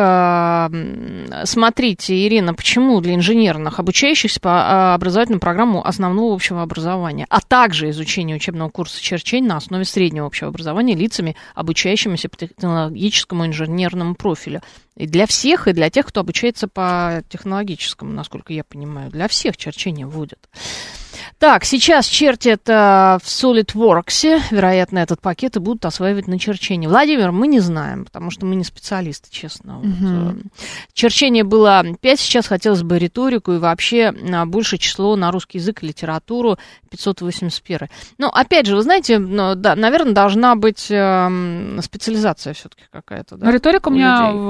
Speaker 4: эм, смотрите, Ирина, почему для инженерных обучающихся по э, образовательную программу основного общего образования, а также изучение учебного курса черчень на основе среднего общего образования лицами, обучающимися по технологическому инженерному профилю? И для всех, и для тех, кто обучается по технологическому, насколько я понимаю, для всех черчение вводят. Так, сейчас чертят э, в SolidWorks, вероятно, этот пакет и будут осваивать на черчении. Владимир, мы не знаем, потому что мы не специалисты, честно. Вот,
Speaker 2: Мгм.
Speaker 4: э, Черчение было 5, сейчас хотелось бы риторику и вообще а, большее число на русский язык и литературу 581. Но, опять же, вы знаете, ну, да, наверное, должна быть эм, специализация все-таки какая-то. Да?
Speaker 2: Но риторика у меня
Speaker 4: людей.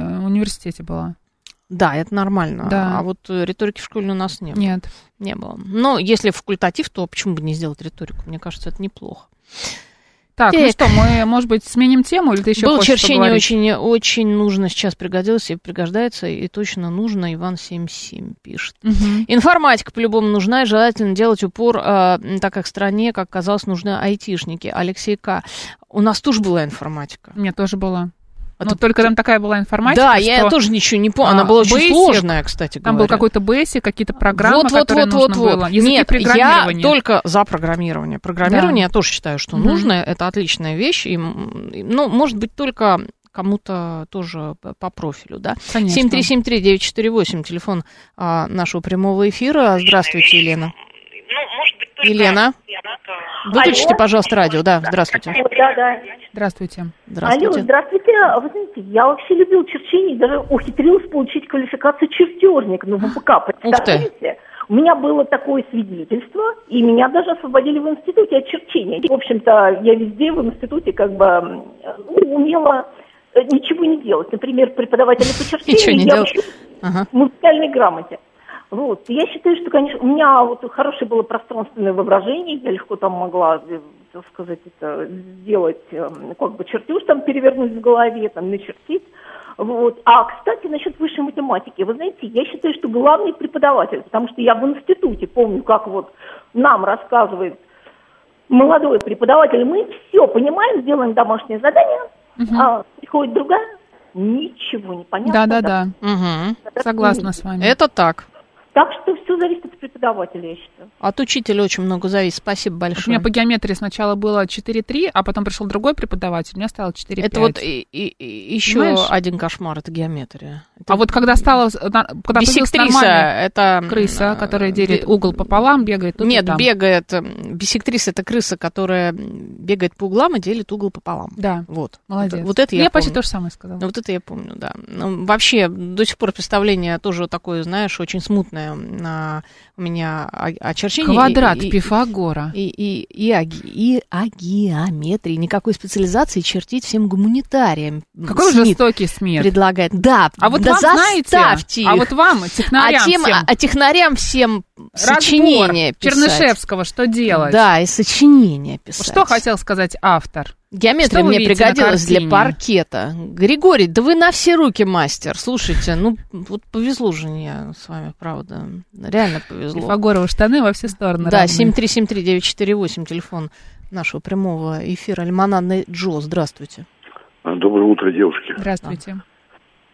Speaker 2: в э, университете была.
Speaker 4: Да, это нормально.
Speaker 2: Да.
Speaker 4: А вот э, риторики в школе у нас не было.
Speaker 2: Нет.
Speaker 4: Не было. Но если факультатив, то почему бы не сделать риторику? Мне кажется, это неплохо.
Speaker 2: Так, ну
Speaker 4: Так.
Speaker 2: что, мы, может быть, сменим тему, или ты еще
Speaker 4: Было
Speaker 2: хочешь
Speaker 4: черчение
Speaker 2: поговорить?
Speaker 4: очень, очень нужно, сейчас пригодилось и пригождается, и точно нужно, Иван 77 пишет.
Speaker 2: Мгм.
Speaker 4: Информатика по-любому нужна, и желательно делать упор, э, так как стране, как казалось, нужны айтишники. Алексей К. У нас тоже была информатика.
Speaker 2: У меня тоже была.
Speaker 4: А
Speaker 2: Но
Speaker 4: ты-
Speaker 2: только там такая была информатика,
Speaker 4: да, я
Speaker 2: что
Speaker 4: тоже ничего не помню.
Speaker 2: а,
Speaker 4: Она была очень
Speaker 2: basic,
Speaker 4: сложная, кстати
Speaker 2: там был
Speaker 4: говоря.
Speaker 2: какой-то бейси, какие-то программы,
Speaker 4: вот, вот,
Speaker 2: которые
Speaker 4: вот,
Speaker 2: нужно
Speaker 4: вот, вот.
Speaker 2: было. Языки
Speaker 4: Нет, я
Speaker 2: программирования.
Speaker 4: только за программирование. Программирование я тоже считаю, что
Speaker 2: Мгм.
Speaker 4: нужно. Это отличная вещь. И, м, и, ну, может быть, только кому-то тоже п- по профилю, да.
Speaker 2: Конечно.
Speaker 4: 7373948, телефон а, нашего прямого эфира. Здравствуйте, Елена. Елена, выключите,
Speaker 6: Алло.
Speaker 4: пожалуйста, радио. Да, здравствуйте.
Speaker 6: Да, да.
Speaker 2: Здравствуйте.
Speaker 6: Алло, здравствуйте. А Вы знаете, я вообще любил черчение, даже ухитрилась получить квалификацию чертежник на ВПК. Представляете? У меня было такое свидетельство, и меня даже освободили в институте от черчения. В общем-то, я везде в институте как бы м, ну, умела э, ничего не делать. Например, преподавателя по черчению
Speaker 4: Ничего не
Speaker 6: я
Speaker 4: делать.
Speaker 6: училась
Speaker 4: Ага.
Speaker 6: в музыкальной грамоте. Вот. Я считаю, что, конечно, у меня вот хорошее было пространственное воображение, я легко там могла, э, так сказать, это сделать, э, как бы чертеж там перевернуть в голове, там начертить. Вот. А, кстати, насчет высшей математики. Вы знаете, я считаю, что главный преподаватель, потому что я в институте помню, как вот нам рассказывает молодой преподаватель, мы все понимаем, сделаем домашнее задание, а приходит другая, ничего не
Speaker 2: Да,
Speaker 6: понятно.
Speaker 2: да, да.
Speaker 4: Мгм.
Speaker 2: Согласна с вами.
Speaker 4: Это так.
Speaker 6: Так что все зависит от преподавателя, я считаю.
Speaker 4: От учителя очень много зависит. Спасибо
Speaker 2: У
Speaker 4: большое.
Speaker 2: меня по геометрии сначала было 4-3, а потом пришел другой преподаватель, у меня стало 4-5.
Speaker 4: Это вот и- и- и еще
Speaker 2: Понимаешь?
Speaker 4: один кошмар, это геометрия.
Speaker 2: А вот когда стала, э, на- когда появилась
Speaker 4: Бисектриса
Speaker 2: нормальная
Speaker 4: это...
Speaker 2: крыса,
Speaker 4: м, а,
Speaker 2: которая делит
Speaker 4: бе-
Speaker 2: угол пополам, бегает тут и
Speaker 4: Нет,
Speaker 2: там.
Speaker 4: бегает... м, Бисектриса это крыса, которая м, бегает по углам и делит угол пополам.
Speaker 2: Да,
Speaker 4: Вот.
Speaker 2: молодец. Ну,
Speaker 4: Вот это я,
Speaker 2: Я почти
Speaker 4: помню.
Speaker 2: то же самое сказала.
Speaker 4: Вот это я помню, да. Ну, Вообще, до сих пор представление тоже такое, знаешь, очень смутное м, а, у меня о, о черчении. и-
Speaker 2: Квадрат
Speaker 4: и-
Speaker 2: Пифагора.
Speaker 4: И, и, и, о, ге- и о геометрии. Никакой специализации чертить всем гуманитариям. м,
Speaker 2: Какой
Speaker 4: СМИ
Speaker 2: жестокий смех.
Speaker 4: предлагает. Да,
Speaker 2: А вот
Speaker 4: да
Speaker 2: вам, знаете,
Speaker 4: заставьте их.
Speaker 2: а вот вам, технарям
Speaker 4: а тем,
Speaker 2: всем,
Speaker 4: а технарям всем
Speaker 2: разбор
Speaker 4: сочинения писать.
Speaker 2: Чернышевского, что делать?
Speaker 4: Да, и сочинения писать.
Speaker 2: Что хотел сказать автор?
Speaker 4: Геометрия
Speaker 2: что вы
Speaker 4: мне
Speaker 2: видите на
Speaker 4: пригодилась для
Speaker 2: картине?
Speaker 4: паркета. Григорий, да вы на все руки мастер. Слушайте, ну вот повезло же мне с вами, правда. Реально повезло.
Speaker 2: Пифагорова штаны во все стороны.
Speaker 4: Да,
Speaker 2: равны.
Speaker 4: 7373948, телефон нашего прямого эфира. Альмананный Джо, здравствуйте.
Speaker 5: Доброе утро, девушки.
Speaker 2: Здравствуйте.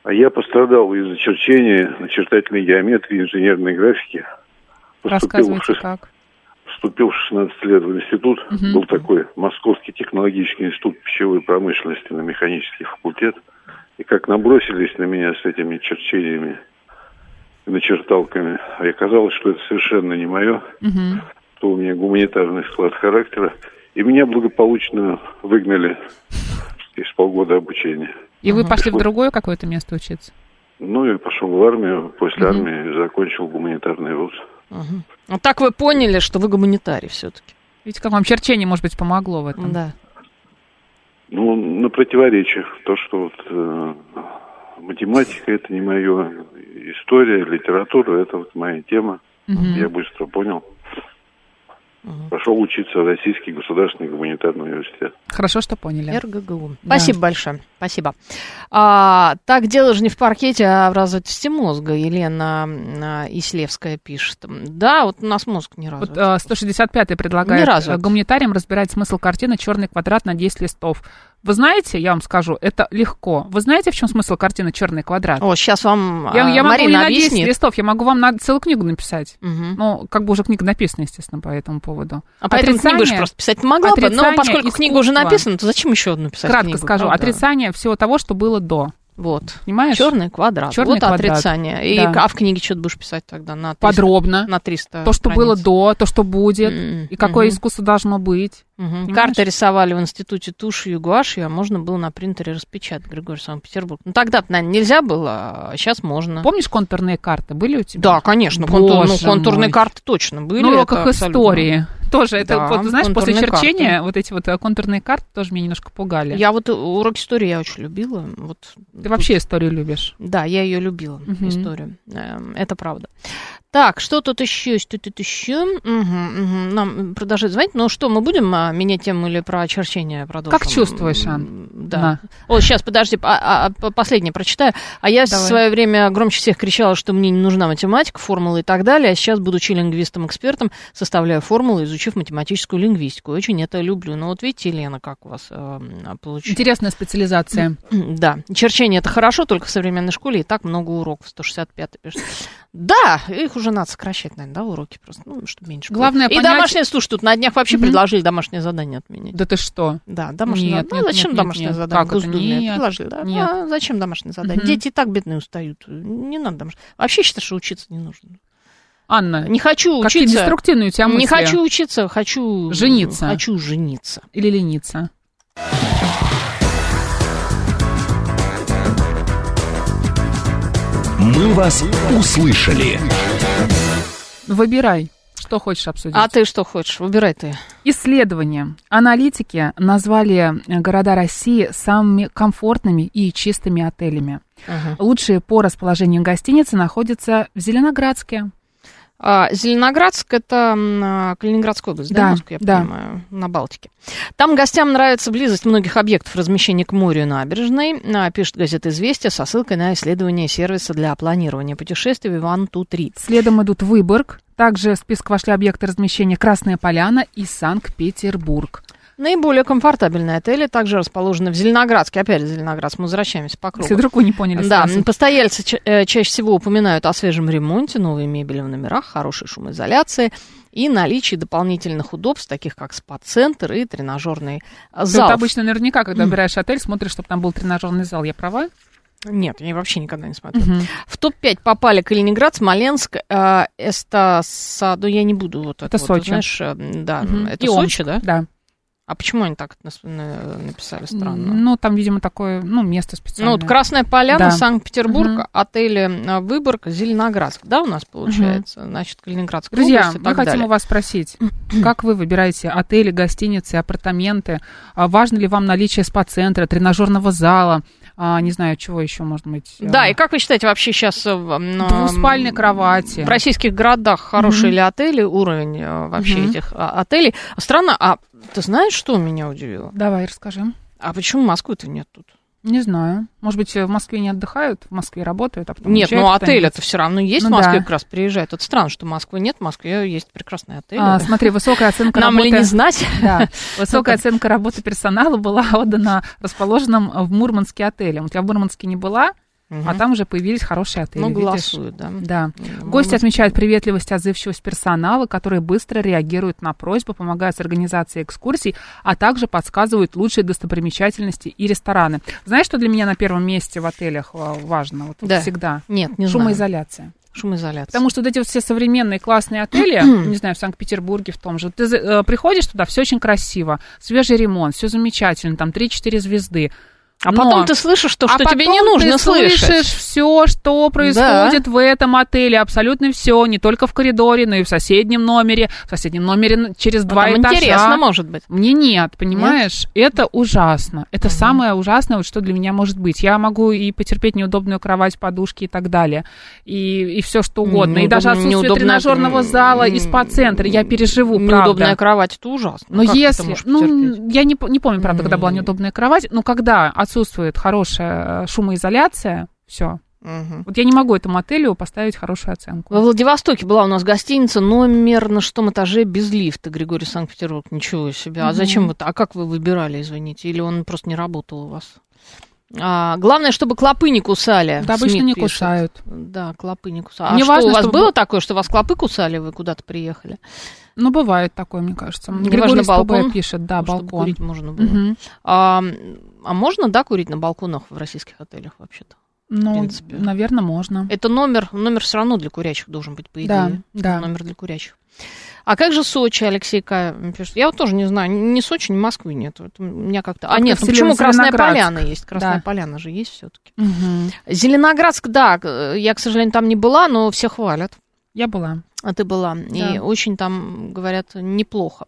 Speaker 5: А Я пострадал из-за черчения начертательной геометрии инженерной графики. Поступил в,
Speaker 2: Рассказывайте,
Speaker 5: шест-
Speaker 2: как.
Speaker 5: поступил в 16 лет в институт.
Speaker 2: Мгм.
Speaker 5: Был такой Московский технологический институт пищевой промышленности на механический факультет. И как набросились на меня с этими черчениями и начерталками, а оказалось, что это совершенно не мое,
Speaker 2: Мгм.
Speaker 5: что у меня гуманитарный склад характера. И меня благополучно выгнали из полгода обучения.
Speaker 2: И вы пошли в
Speaker 5: Пришлось-
Speaker 2: другое какое-то место учиться?
Speaker 5: Ну и пошел в армию,
Speaker 2: Мгм.
Speaker 5: после армии закончил гуманитарный вуз.
Speaker 4: Мгм. Ну так вы поняли, что вы гуманитарий все-таки.
Speaker 2: Видите, как вам черчение, может быть, помогло в этом?
Speaker 4: Да.
Speaker 5: Ну, на противоречиях. То, что вот э, математика это не мое, история, литература это вот моя тема.
Speaker 2: Мгм.
Speaker 5: Я быстро понял. Пошел учиться в Российский государственный гуманитарный университет.
Speaker 2: Хорошо, что поняли.
Speaker 4: РГГУ.
Speaker 2: Да.
Speaker 4: Спасибо большое. Спасибо. А, так, дело же не в паркете, а в развитости мозга. Елена м, а, Ислевская пишет. Да, вот у нас мозг не
Speaker 2: Вот
Speaker 4: развит.
Speaker 2: э, 165-й
Speaker 4: Ни
Speaker 2: предлагает
Speaker 4: разу.
Speaker 2: э, гуманитариям разбирать смысл картины «Черный квадрат на 10 листов». Вы знаете, я вам скажу, это легко. Вы знаете, в чем смысл картины «Черный квадрат»?
Speaker 4: О, сейчас вам
Speaker 2: я,
Speaker 4: а,
Speaker 2: я могу не
Speaker 4: Марина
Speaker 2: на 10
Speaker 4: объяснит.
Speaker 2: листов, я могу вам на целую книгу написать.
Speaker 4: Мгм.
Speaker 2: Ну, как бы уже книга написана, естественно, по этому поводу.
Speaker 4: А поэтому ты не будешь просто писать могла бы, но
Speaker 2: отрицание
Speaker 4: поскольку книга уже
Speaker 2: искусства.
Speaker 4: написана, то зачем еще одну писать
Speaker 2: Кратко
Speaker 4: книгу,
Speaker 2: скажу,
Speaker 4: правда?
Speaker 2: отрицание всего того, что было до.
Speaker 4: Вот.
Speaker 2: Понимаешь?
Speaker 4: Черный квадрат.
Speaker 2: Чёрный
Speaker 4: вот
Speaker 2: квадрат.
Speaker 4: отрицание. И,
Speaker 2: Да.
Speaker 4: а в книге что ты будешь писать тогда на 300,
Speaker 2: Подробно.
Speaker 4: На 300
Speaker 2: То, что было
Speaker 4: страниц?
Speaker 2: до, то, что будет,
Speaker 4: М,
Speaker 2: и какое
Speaker 4: мгм.
Speaker 2: искусство должно быть.
Speaker 4: Мгм.
Speaker 2: Понимаешь?
Speaker 4: Карты рисовали в институте тушью и гуашью, а можно было на принтере распечатать, Григорий Санкт-Петербург. Ну, тогда-то, наверное, нельзя было, а сейчас можно.
Speaker 2: Помнишь, контурные карты были у тебя? Ну,
Speaker 4: Да, конечно,
Speaker 2: Боже
Speaker 4: контур- ну, контурные
Speaker 2: мой.
Speaker 4: карты точно были.
Speaker 2: На
Speaker 4: это
Speaker 2: уроках
Speaker 4: абсолютно.
Speaker 2: истории. тоже. Это
Speaker 4: Да,
Speaker 2: вот, знаешь, после
Speaker 4: контурные
Speaker 2: черчения
Speaker 4: карты.
Speaker 2: вот эти вот э, контурные карты тоже меня немножко пугали.
Speaker 4: Я вот э, урок истории я очень любила. Вот
Speaker 2: Ты вообще историю любишь.
Speaker 4: Да, я ее любила,
Speaker 2: Мгм.
Speaker 4: историю. Эм, Это правда. Так, что тут еще есть? Тут, тут еще. Мгм, мгм. Нам продолжать звонить. Ну что, мы будем а, менять тему или про очерчение продолжим?
Speaker 2: Как чувствуешь, Ан?
Speaker 4: Да. О, сейчас, подожди, а- а- а, по- последнее прочитаю. А я
Speaker 2: Давай.
Speaker 4: в свое время громче всех кричала, что мне не нужна математика, формулы и так далее. А сейчас, будучи лингвистом-экспертом, составляю формулы, изучив математическую лингвистику. Очень это люблю. Но вот видите, Лена, как у вас эм, получилось.
Speaker 2: Интересная специализация.
Speaker 4: Да, черчение это хорошо, только в современной школе и так много уроков, 165 пишет. Да, их уже надо сокращать, наверное, да, уроки просто, ну, чтобы меньше было.
Speaker 2: Главное
Speaker 4: И
Speaker 2: понять-
Speaker 4: домашнее, слушай, тут на днях вообще
Speaker 2: Мгм.
Speaker 4: предложили домашнее задание отменить.
Speaker 2: Да ты что?
Speaker 4: Да, домашнее
Speaker 2: Нет,
Speaker 4: задание.
Speaker 2: нет,
Speaker 4: ну, зачем
Speaker 2: нет,
Speaker 4: домашнее
Speaker 2: нет.
Speaker 4: задание?
Speaker 2: Как это?
Speaker 4: Госдумное
Speaker 2: Нет,
Speaker 4: предложили, да?
Speaker 2: нет.
Speaker 4: А зачем домашнее задание?
Speaker 2: Мгм.
Speaker 4: Дети и так бедные устают. Не надо домашнее. Вообще считаю, что учиться не нужно.
Speaker 2: Анна,
Speaker 4: Не хочу
Speaker 2: какие
Speaker 4: учиться.
Speaker 2: деструктивные у тебя мысли?
Speaker 4: Не хочу учиться, хочу...
Speaker 2: Жениться.
Speaker 4: Хочу жениться.
Speaker 2: Или лениться?
Speaker 3: «Мы вас услышали».
Speaker 2: Выбирай, что хочешь обсудить.
Speaker 4: А ты что хочешь? Выбирай ты.
Speaker 2: Исследования. Аналитики назвали э, города России самыми комфортными и чистыми отелями.
Speaker 4: Ага.
Speaker 2: Лучшие по расположению гостиницы находятся в Зеленоградске.
Speaker 4: А, Зеленоградск это м, а, Калининградская область, да,
Speaker 2: Да,
Speaker 4: насколько я
Speaker 2: да.
Speaker 4: понимаю, на Балтике. Там гостям нравится близость многих объектов размещения к морю и набережной, а, пишет газета «Известия» со ссылкой на исследование сервиса для планирования путешествий One Two Three.
Speaker 2: Следом идут Выборг. Также в список вошли объекты размещения Красная Поляна и Санкт-Петербург.
Speaker 4: Наиболее комфортабельные отели также расположены в Зеленоградске. Опять же, Зеленоградск, мы возвращаемся по кругу.
Speaker 2: Если вдруг вы не поняли
Speaker 4: Да,
Speaker 2: сразу.
Speaker 4: постояльцы ча- э, чаще всего упоминают о свежем ремонте, новой мебели в номерах, хорошей шумоизоляции и наличии дополнительных удобств, таких как спа-центр и тренажерный э,
Speaker 2: Ты
Speaker 4: зал.
Speaker 2: вот обычно наверняка, когда выбираешь отель, смотришь, чтобы там был тренажерный зал. Я права?
Speaker 4: Нет, я вообще никогда не смотрела. В топ-5 попали Калининград, Смоленск, э, Эстаса... Ну, я не буду вот это,
Speaker 2: Это
Speaker 4: вот,
Speaker 2: Сочи.
Speaker 4: знаешь, э, да,
Speaker 2: Мгм.
Speaker 4: это
Speaker 2: И
Speaker 4: Сочи,
Speaker 2: Омск,
Speaker 4: да?
Speaker 2: Да.
Speaker 4: А почему они так нас- на- написали странно?
Speaker 2: Ну, там, видимо, такое, ну, место
Speaker 4: Ну,
Speaker 2: специальное.
Speaker 4: вот Красная Поляна,
Speaker 2: Да.
Speaker 4: Санкт-Петербург,
Speaker 2: Мгм.
Speaker 4: отели э, Выборг, Зеленоградск, да, у нас получается? Значит, Калининградская
Speaker 2: Друзья,
Speaker 4: область и
Speaker 2: мы
Speaker 4: так
Speaker 2: хотим
Speaker 4: далее.
Speaker 2: у вас спросить, как вы выбираете отели, гостиницы, апартаменты? А Важно ли вам наличие спа-центра, тренажерного зала? А, не знаю, чего еще, может быть. э,
Speaker 4: Да, и как вы считаете, вообще сейчас э, в, м,
Speaker 2: Двуспальной
Speaker 4: м,
Speaker 2: кровати.
Speaker 4: в российских городах хорошие
Speaker 2: Мгм.
Speaker 4: ли отели, уровень э, вообще
Speaker 2: Мгм.
Speaker 4: этих а, отелей? Странно, а ты знаешь, что меня удивило?
Speaker 2: Давай, расскажи.
Speaker 4: А почему Москвы-то нет тут?
Speaker 2: Не знаю. Может быть, э, в Москве не отдыхают, в Москве работают, а потом
Speaker 4: Нет,
Speaker 2: уезжают
Speaker 4: ну отель
Speaker 2: куда-нибудь?
Speaker 4: это все равно есть в
Speaker 2: Ну да.
Speaker 4: Москве, как раз приезжает. Это странно, что Москвы нет, в Москве есть прекрасные отели.
Speaker 2: А, смотри, высокая оценка
Speaker 4: Нам
Speaker 2: работы...
Speaker 4: ли не знать?
Speaker 2: Да. Высокая
Speaker 4: Ну, как-
Speaker 2: оценка работы персонала была отдана расположенным в Мурманске отелем. Вот я в Мурманске не была, а
Speaker 4: Мгм.
Speaker 2: там уже появились хорошие отели.
Speaker 4: Ну,
Speaker 2: видишь?
Speaker 4: голосуют, да.
Speaker 2: Да.
Speaker 4: Ну,
Speaker 2: Гости
Speaker 4: мы-
Speaker 2: отмечают приветливость, отзывчивость персонала, которые быстро реагируют на просьбы, помогают с организацией экскурсий, а также подсказывают лучшие достопримечательности и рестораны. Знаешь, что для меня на первом месте в отелях а, важно? Вот
Speaker 4: Да.
Speaker 2: всегда.
Speaker 4: Нет, не знаю.
Speaker 2: Шумоизоляция.
Speaker 4: Шумоизоляция.
Speaker 2: Потому что вот эти вот все современные классные отели, не знаю, в Санкт-Петербурге, в том же, ты за- э, приходишь туда, все очень красиво, свежий ремонт, все замечательно, там 3-4 звезды.
Speaker 4: А потом ты слышишь то,
Speaker 2: А
Speaker 4: что тебе не нужно слышать.
Speaker 2: все, что происходит в этом отеле, абсолютно все, не только в коридоре, но и в соседнем номере, в соседнем номере н- через
Speaker 4: Ну,
Speaker 2: два
Speaker 4: там
Speaker 2: этажа.
Speaker 4: интересно, может быть.
Speaker 2: Мне нет, понимаешь? Это ужасно. Это самое ужасное, вот, что для меня может быть. Я могу и потерпеть неудобную кровать, подушки и так далее. И, и все что угодно. и
Speaker 4: ну, Неудобно-
Speaker 2: даже отсутствие
Speaker 4: неудобная-
Speaker 2: тренажерного зала и спа-центра. Я переживу,
Speaker 4: Неудобная
Speaker 2: правда.
Speaker 4: кровать, это ужасно. Ну,
Speaker 2: Но
Speaker 4: А Как ты это
Speaker 2: если,
Speaker 4: можешь потерпеть?
Speaker 2: ну, я не, по- не помню, правда, когда была неудобная кровать, но когда отсутствует хорошая э, шумоизоляция, все.
Speaker 4: Мгм.
Speaker 2: Вот я не могу этому отелю поставить хорошую оценку.
Speaker 4: Во Владивостоке была у нас гостиница, номер на шестом этаже без лифта, Григорий Санкт-Петербург. Ничего себе. А
Speaker 2: Мгм.
Speaker 4: зачем вы... А как вы выбирали, извините? Или он просто не работал у вас? А, главное, чтобы клопы не кусали.
Speaker 2: Да, обычно
Speaker 4: Смит
Speaker 2: не
Speaker 4: пишет.
Speaker 2: кусают.
Speaker 4: Да, клопы не кусали. А
Speaker 2: Мне
Speaker 4: что,
Speaker 2: важно,
Speaker 4: у вас
Speaker 2: чтобы
Speaker 4: было
Speaker 2: был-
Speaker 4: такое, что вас клопы кусали, вы куда-то приехали?
Speaker 2: Ну, бывает такое, мне кажется.
Speaker 4: Неважно,
Speaker 2: Григорий СПб
Speaker 4: балкон,
Speaker 2: пишет, да,
Speaker 4: чтобы
Speaker 2: балкон.
Speaker 4: курить можно было.
Speaker 2: Мгм.
Speaker 4: А, а можно, да, курить на балконах в российских отелях вообще-то?
Speaker 2: Ну,
Speaker 4: принципе.
Speaker 2: наверное, можно.
Speaker 4: Это номер, номер все равно для курящих должен быть, по идее.
Speaker 2: Да, да.
Speaker 4: Номер для курящих. А как же Сочи, Алексей К. пишет? Я вот тоже не знаю, ни Сочи, ни Москвы нет. Вот у меня как-то... А
Speaker 2: Как-то
Speaker 4: нет, ну
Speaker 2: Селен-
Speaker 4: почему Красная
Speaker 2: Зеленоградск.
Speaker 4: Поляна есть? Красная
Speaker 2: Да.
Speaker 4: Поляна же есть все-таки.
Speaker 2: Мгм.
Speaker 4: Зеленоградск, да, к- я, к сожалению, там не была, но все хвалят.
Speaker 2: Я была.
Speaker 4: А ты была. И очень там, говорят, неплохо.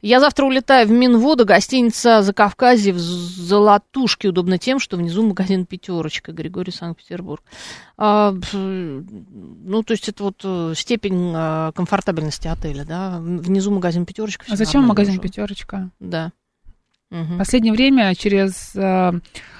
Speaker 4: Я завтра улетаю в Минводу, гостиница за Кавказе в Золотушке. Удобно тем, что внизу магазин «Пятерочка», Григорий, Санкт-Петербург. А, пф, ну, то есть это вот э, степень э, комфортабельности отеля, да? Внизу магазин «Пятерочка».
Speaker 2: А зачем магазин «Пятерочка»?
Speaker 4: Да.
Speaker 2: В последнее время через э,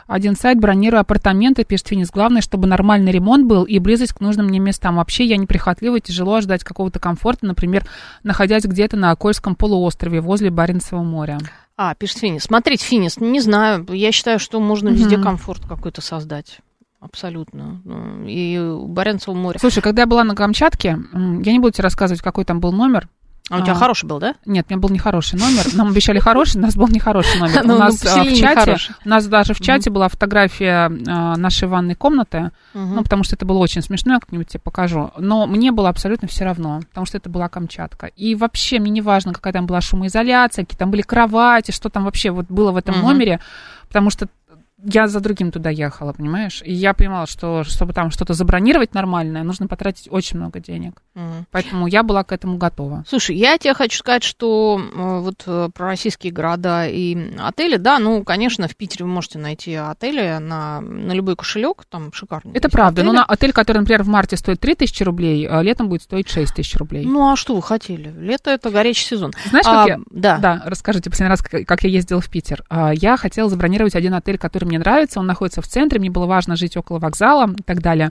Speaker 2: один сайт бронирую апартаменты, пишет Финис. Главное, чтобы нормальный ремонт был и близость к нужным мне местам. Вообще я неприхотлива и тяжело ожидать какого-то комфорта, например, находясь где-то на Окольском полуострове возле Баренцева моря.
Speaker 4: А, пишет Финис. Смотреть Финис, не знаю. Я считаю, что можно везде
Speaker 2: Мгм.
Speaker 4: комфорт какой-то создать. Абсолютно. Ну, И у Баренцева моря.
Speaker 2: Слушай, когда я была на Камчатке, м, я не буду тебе рассказывать, какой там был номер.
Speaker 4: А у тебя хороший был, да?
Speaker 2: Нет, у меня был нехороший номер. Нам обещали хороший, у нас был нехороший номер.
Speaker 4: Ну,
Speaker 2: У
Speaker 4: ну,
Speaker 2: нас а, в
Speaker 4: поселили
Speaker 2: чате,
Speaker 4: нехороший.
Speaker 2: у нас даже в чате была фотография а, нашей ванной комнаты,
Speaker 4: Мгм.
Speaker 2: ну, потому что это было очень смешно, я как-нибудь тебе покажу. Но мне было абсолютно все равно, потому что это была Камчатка. И вообще мне не важно, какая там была шумоизоляция, какие там были кровати, что там вообще вот было в этом
Speaker 4: Мгм.
Speaker 2: номере, потому что я за другим туда ехала, понимаешь? И я понимала, что чтобы там что-то забронировать нормальное, нужно потратить очень много денег.
Speaker 4: Мгм.
Speaker 2: Поэтому я была к этому готова.
Speaker 4: Слушай, я тебе хочу сказать, что э, вот э, про российские города и отели, да, ну, конечно, в Питере вы можете найти отели на, на любой кошелек, там шикарные.
Speaker 2: Это
Speaker 4: есть
Speaker 2: правда. Но
Speaker 4: А отели.
Speaker 2: на отель, который, например, в марте стоит 3000 рублей, а летом будет стоить 6000 рублей.
Speaker 4: Ну, а что вы хотели? Лето – это горячий сезон.
Speaker 2: Знаешь, как
Speaker 4: А,
Speaker 2: я...
Speaker 4: Да.
Speaker 2: расскажите, последний раз, как, как я ездила в Питер. А, Я хотела забронировать один отель, который мне нравится. Он находится в центре, мне было важно жить около вокзала и так далее.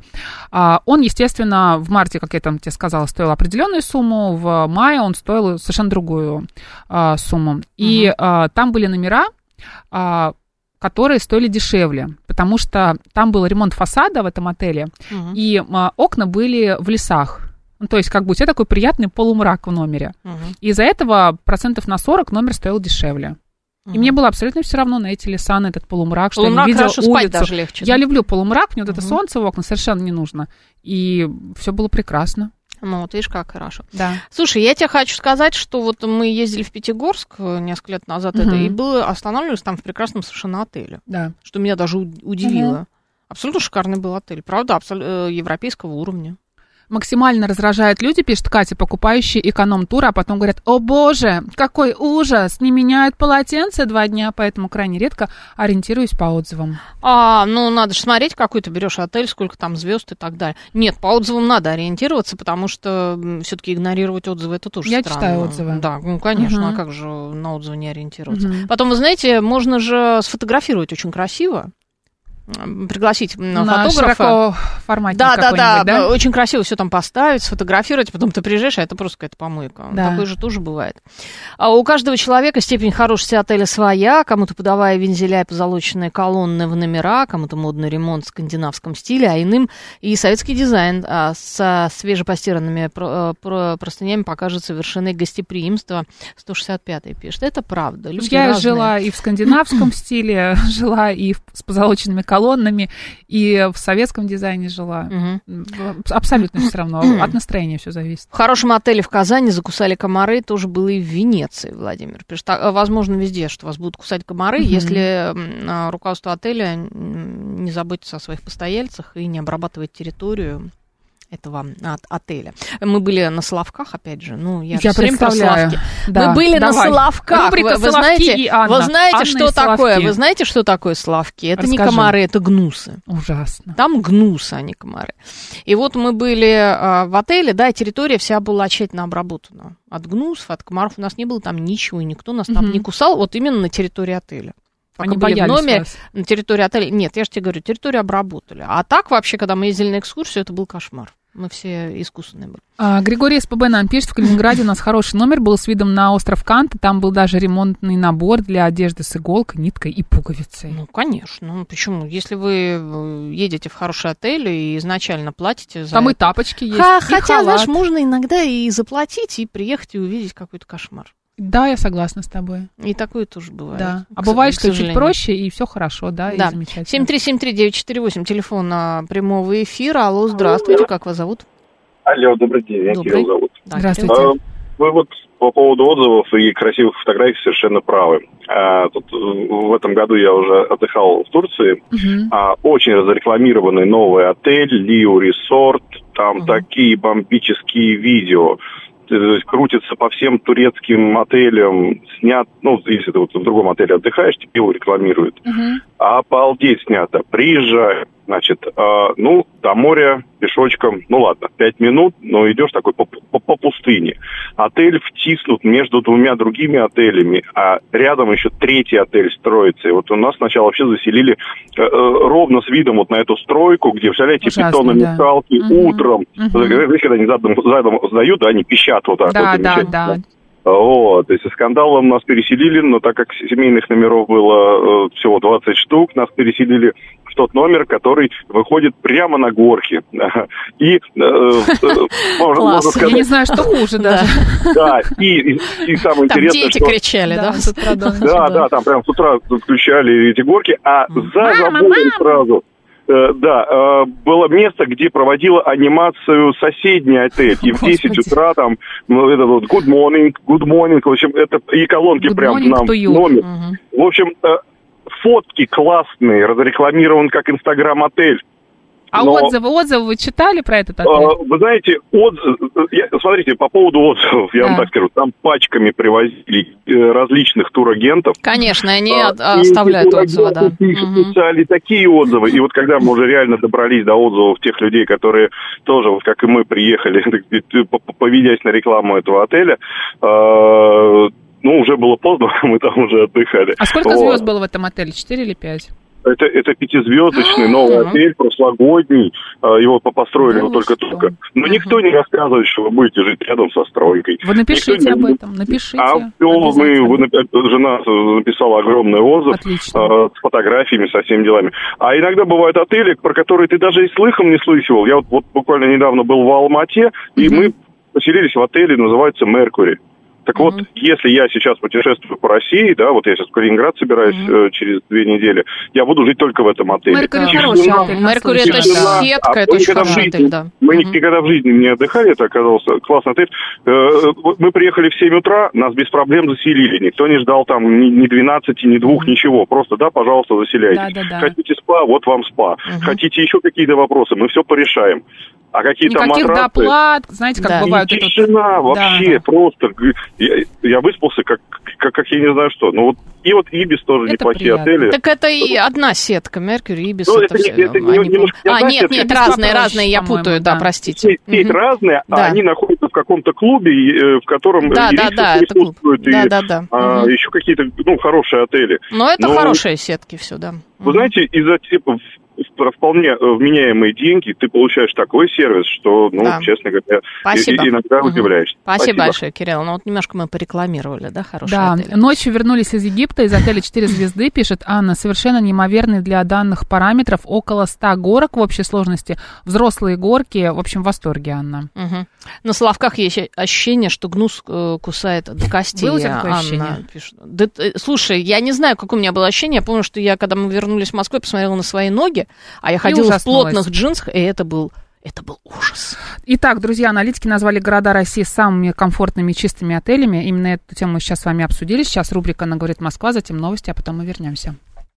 Speaker 2: А, Он, естественно, в марте, как я там тебе сказала, стоил определенную сумму, в мае он стоил совершенно другую а, сумму. И а, там были номера, а, которые стоили дешевле, потому что там был ремонт фасада в этом отеле,
Speaker 4: Мгм.
Speaker 2: и а, окна были в лесах. Ну, то есть, как бы у тебя такой приятный полумрак в номере.
Speaker 4: Мгм.
Speaker 2: Из-за этого процентов на 40 номер стоил дешевле. И мне было абсолютно все равно на эти леса, на этот полумрак, что я
Speaker 4: Полумрак
Speaker 2: не видела
Speaker 4: хорошо, спать
Speaker 2: улицу.
Speaker 4: даже легче,
Speaker 2: Я
Speaker 4: да?
Speaker 2: люблю полумрак, мне вот это солнце в окна совершенно не нужно. И все было прекрасно.
Speaker 4: Ну, вот видишь, как хорошо.
Speaker 2: Да.
Speaker 4: Слушай, я тебе хочу сказать, что вот мы ездили в Пятигорск э, несколько лет назад, это,
Speaker 2: Мгм.
Speaker 4: и было, останавливались там в прекрасном совершенно отеле.
Speaker 2: Да.
Speaker 4: Что меня даже у- удивило.
Speaker 2: Мгм.
Speaker 4: Абсолютно шикарный был отель. Правда, абсол- э, европейского уровня.
Speaker 2: Максимально раздражают люди, пишет Катя, покупающие эконом-тур, а потом говорят, о боже, какой ужас, не меняют полотенце два дня, поэтому крайне редко ориентируюсь по отзывам.
Speaker 4: А, ну, надо же смотреть, какой ты берешь отель, сколько там звезд и так далее. Нет, по отзывам надо ориентироваться, потому что все-таки игнорировать отзывы это тоже
Speaker 2: Я
Speaker 4: странно.
Speaker 2: читаю отзывы.
Speaker 4: Да, ну, конечно,
Speaker 2: Мгм.
Speaker 4: а как же на отзывы не ориентироваться?
Speaker 2: Мгм.
Speaker 4: Потом, вы знаете, можно же сфотографировать очень красиво, М, пригласить м,
Speaker 2: На
Speaker 4: фотографа.
Speaker 2: широкоформатник
Speaker 4: Да, да, да,
Speaker 2: какой-нибудь, да?
Speaker 4: Очень красиво все там поставить, сфотографировать, потом ты приезжаешь, а это просто какая-то помойка.
Speaker 2: Да.
Speaker 4: Такое же тоже бывает. А у каждого человека степень хорошести отеля своя, кому-то подавая вензеля и позолоченные колонны в номера, кому-то модный ремонт в скандинавском стиле, а иным и советский дизайн а, со свежепостиранными про- э, про- простынями покажется вершиной гостеприимства. 165-й пишет. Это правда. Люди
Speaker 2: я
Speaker 4: разные.
Speaker 2: жила и в скандинавском стиле, жила и в- с позолоченными колоннами, и в советском дизайне жила. М, Абсолютно все равно. От настроения все зависит.
Speaker 4: В хорошем отеле в Казани закусали комары, тоже было и в Венеции, Владимир. Пишет, а, возможно, везде, что вас будут кусать комары,
Speaker 2: Мгм.
Speaker 4: если м, а, руководство отеля м, не заботится о своих постояльцах и не обрабатывает территорию этого от отеля. Мы были на Соловках, опять же. Ну, я,
Speaker 2: Я
Speaker 4: же всё время про
Speaker 2: представляю.
Speaker 4: Соловки.
Speaker 2: Да,
Speaker 4: Мы были на
Speaker 2: давай.
Speaker 4: Соловках.
Speaker 2: Рубрика
Speaker 4: вы, вы
Speaker 2: «Соловки»
Speaker 4: знаете,
Speaker 2: и Анна.
Speaker 4: Вы знаете,
Speaker 2: Анна и
Speaker 4: что такое?
Speaker 2: Соловки.
Speaker 4: Вы знаете, что такое Соловки? Это не
Speaker 2: Расскажи.
Speaker 4: комары, это гнусы.
Speaker 2: Ужасно.
Speaker 4: Там гнус, а не комары. И вот мы были а, в отеле, да, и территория вся была тщательно обработана. От гнусов, от комаров у нас не было там ничего, и никто нас там
Speaker 2: Мгм.
Speaker 4: не кусал, вот именно на территории отеля. Пока
Speaker 2: Они
Speaker 4: были в
Speaker 2: боялись
Speaker 4: номере,
Speaker 2: вас.
Speaker 4: на территории отеля. Нет, я же тебе говорю, территорию обработали. А так вообще, когда мы ездили на экскурсию, это был кошмар. Мы все искусственные были.
Speaker 2: А, Григорий СПБ нам пишет, в Калининграде у нас хороший номер был с видом на остров Канта, там был даже ремонтный набор для одежды с иголкой, ниткой и пуговицей.
Speaker 4: Ну, конечно. Ну, почему? Если вы э, едете в хороший отель и изначально платите за
Speaker 2: Там и
Speaker 4: это.
Speaker 2: тапочки есть,
Speaker 4: Ха-
Speaker 2: и
Speaker 4: хотя,
Speaker 2: халат.
Speaker 4: знаешь, можно иногда и заплатить, и приехать, и увидеть какой-то кошмар.
Speaker 2: Да, я согласна с тобой.
Speaker 4: И такое тоже бывает.
Speaker 2: Да. А
Speaker 4: к-
Speaker 2: бывает,
Speaker 4: к
Speaker 2: что чуть
Speaker 4: сожалению.
Speaker 2: проще, и все хорошо, да, и
Speaker 4: Да.
Speaker 2: замечательно.
Speaker 4: 7373948, телефон а, прямого эфира. Алло, здравствуйте, как вас зовут?
Speaker 8: Алло, добрый день, меня
Speaker 4: Добрый.
Speaker 8: Кирилл зовут.
Speaker 4: Да, Здравствуйте. Кирилл.
Speaker 8: Э,
Speaker 5: А,
Speaker 8: Вы вот по поводу отзывов и красивых фотографий совершенно правы. А, тут, э, в этом году я уже отдыхал в Турции. А, очень разрекламированный новый отель, Лио Resort.
Speaker 5: там такие бомбические видео. Э, То есть крутится по всем турецким отелям, снят, ну, если ты вот в другом отеле отдыхаешь, тебе его рекламируют. Обалдеть снято. Приезжай, значит, э, ну, до моря пешочком, ну ладно, пять минут, но идешь такой по, по- по пустыне. Отель втиснут между двумя другими отелями, а рядом еще третий отель строится. И вот у нас сначала вообще заселили э, э, ровно с видом вот на эту стройку, где, представляете,
Speaker 2: Ужасно, да.
Speaker 5: бетономешалки
Speaker 2: Мгм.
Speaker 5: утром.
Speaker 2: Мгм.
Speaker 5: Вот, Знаете, когда они задом, задом сдают, да, они пищат вот так
Speaker 2: Да,
Speaker 5: вот.
Speaker 2: да,
Speaker 5: замечательно.
Speaker 2: да.
Speaker 5: Вот, то есть со скандалом нас переселили, но так как семейных номеров было э, всего 20 штук, нас переселили в тот номер, который выходит прямо на горке. И, э, э, можно можно
Speaker 2: Класс. Я
Speaker 5: сказать,
Speaker 2: не знаю, что хуже даже.
Speaker 5: да, и, и- и самое
Speaker 4: Там
Speaker 5: интересное,
Speaker 4: дети
Speaker 5: что-
Speaker 4: кричали, да?
Speaker 2: с утра до ночи,
Speaker 5: да, да, там прям с утра включали эти горки, а за забором сразу. э, Да, э, было место, где проводила анимацию соседний отель. И в 10 утра там ну, это вот good morning, good morning, в общем, это и колонки
Speaker 2: Good
Speaker 5: прям
Speaker 2: morning
Speaker 5: нам
Speaker 2: to
Speaker 5: в
Speaker 2: you.
Speaker 5: номер.
Speaker 2: Мгм.
Speaker 5: В общем, э, фотки классные, разрекламирован как инстаграм-отель.
Speaker 2: А
Speaker 5: Но-
Speaker 2: отзывы, отзывы вы читали про этот
Speaker 5: а,
Speaker 2: отель?
Speaker 5: Вы знаете, отзыв, я- смотрите, по поводу отзывов, я вам
Speaker 2: Да.
Speaker 5: так скажу, там пачками привозили э, различных турагентов.
Speaker 4: Конечно, они
Speaker 5: А,
Speaker 4: от-
Speaker 5: и эти
Speaker 4: оставляют отзывы, да.
Speaker 5: турагенты пишут, писали такие отзывы. И вот когда мы уже реально добрались до отзывов тех людей, которые тоже, вот как и мы, приехали, так сказать, э, по- по- поведясь на рекламу этого отеля, э, ну, уже было поздно, мы там уже отдыхали.
Speaker 2: А сколько
Speaker 5: Вот.
Speaker 2: звезд было в этом отеле? Четыре или пять?
Speaker 5: Это, это
Speaker 2: А,
Speaker 5: пятизвездочный новый отель, прошлогодний. Э, Его по- построили вот только-только. Но никто не рассказывает, что вы будете жить рядом со стройкой.
Speaker 2: Вы напишите
Speaker 5: Никто
Speaker 2: об
Speaker 5: не-
Speaker 2: этом, напишите.
Speaker 5: А всё, мы, вы напи- жена э, написала огромный отзыв э, с фотографиями, со всеми делами. А иногда бывают отели, про которые ты даже и слыхом не слыхивал. Я вот, вот буквально недавно был в Алмате, и мы поселились в отеле, называется «Меркури». Так вот, если я сейчас путешествую по России, да, вот я сейчас в Калининград собираюсь э, через две недели, я буду жить только в этом отеле.
Speaker 4: Меркурий
Speaker 5: Тишина,
Speaker 4: хороший отель. Меркурий это
Speaker 5: тишина.
Speaker 4: сетка,
Speaker 5: А
Speaker 4: это
Speaker 5: мы
Speaker 4: очень
Speaker 5: никогда в
Speaker 4: хороший
Speaker 5: жизни-
Speaker 4: отель, да.
Speaker 5: Мы ни- никогда в жизни не отдыхали, это оказался классный отель. Э, вот Мы приехали в 7 утра, нас без проблем заселили. Никто не ждал там ни- ни 12, ни двух, ничего. Просто, да, пожалуйста, заселяйтесь.
Speaker 2: Да, да, да.
Speaker 5: Хотите спа, вот вам спа. Хотите еще какие-то вопросы, мы все порешаем. А какие там
Speaker 2: Никаких
Speaker 5: матрасы...
Speaker 2: доплат, знаете, как
Speaker 5: Да.
Speaker 4: А
Speaker 2: бывают...
Speaker 5: И
Speaker 2: это вот-
Speaker 5: тишина
Speaker 2: Да,
Speaker 5: вообще просто. г- Я, я выспался, как, как, как я не знаю что. Ну вот и вот Ибис тоже неплохие
Speaker 4: Приятно.
Speaker 5: отели.
Speaker 4: Так это и одна сетка, Меркурий, Ибис,
Speaker 5: Ну, это
Speaker 4: это
Speaker 5: не-
Speaker 4: все.
Speaker 5: это не-
Speaker 4: они
Speaker 5: немножко
Speaker 4: пом- А,
Speaker 5: одна
Speaker 4: нет,
Speaker 5: сетка.
Speaker 4: нет,
Speaker 5: Это
Speaker 4: разные,
Speaker 5: попроще,
Speaker 4: разные, я путаю, да, простите.
Speaker 5: Сеть
Speaker 4: Мгм.
Speaker 5: разные,
Speaker 4: Да.
Speaker 5: а они находятся в каком-то клубе, э, в котором
Speaker 4: Да,
Speaker 5: и
Speaker 4: да,
Speaker 5: рейсы
Speaker 4: да, это клуб.
Speaker 5: присутствуют, и
Speaker 4: Да, да, да.
Speaker 5: а,
Speaker 4: Мгм.
Speaker 5: еще какие-то ну, хорошие отели.
Speaker 4: Но это
Speaker 5: Но-
Speaker 4: хорошие сетки все, да.
Speaker 5: Ну, Вы знаете, из за типа в- про вполне э, вменяемые деньги ты получаешь такой сервис, что, ну,
Speaker 4: Да.
Speaker 5: честно говоря, и-
Speaker 4: Спасибо.
Speaker 5: и- иногда удивляешься.
Speaker 4: Спасибо, большое, Кирилл. Ну вот немножко мы порекламировали, да, хороший
Speaker 2: Да,
Speaker 4: отель.
Speaker 2: ночью вернулись из Египта, из отеля 4 звезды, пишет Анна, совершенно неимоверный для данных параметров, около 100 горок в общей сложности, взрослые горки, в общем, в восторге, Анна.
Speaker 4: Мгм. На Соловках есть ощущение, что гнус э, кусает до костей.
Speaker 2: Было у тебя такое
Speaker 4: Анна
Speaker 2: ощущение?
Speaker 4: пишет. Да ты- слушай, я не знаю, какое у меня было ощущение. Я помню, что я, когда мы вернулись в Москву, я посмотрела на свои ноги, а я ходила в
Speaker 2: ужаснулась.
Speaker 4: плотных джинсах, и это был, это был ужас.
Speaker 2: Итак, друзья, аналитики назвали города России самыми комфортными и чистыми отелями. Именно эту тему мы сейчас с вами обсудили. Сейчас рубрика «Она говорит Москва», затем новости, а потом мы вернемся.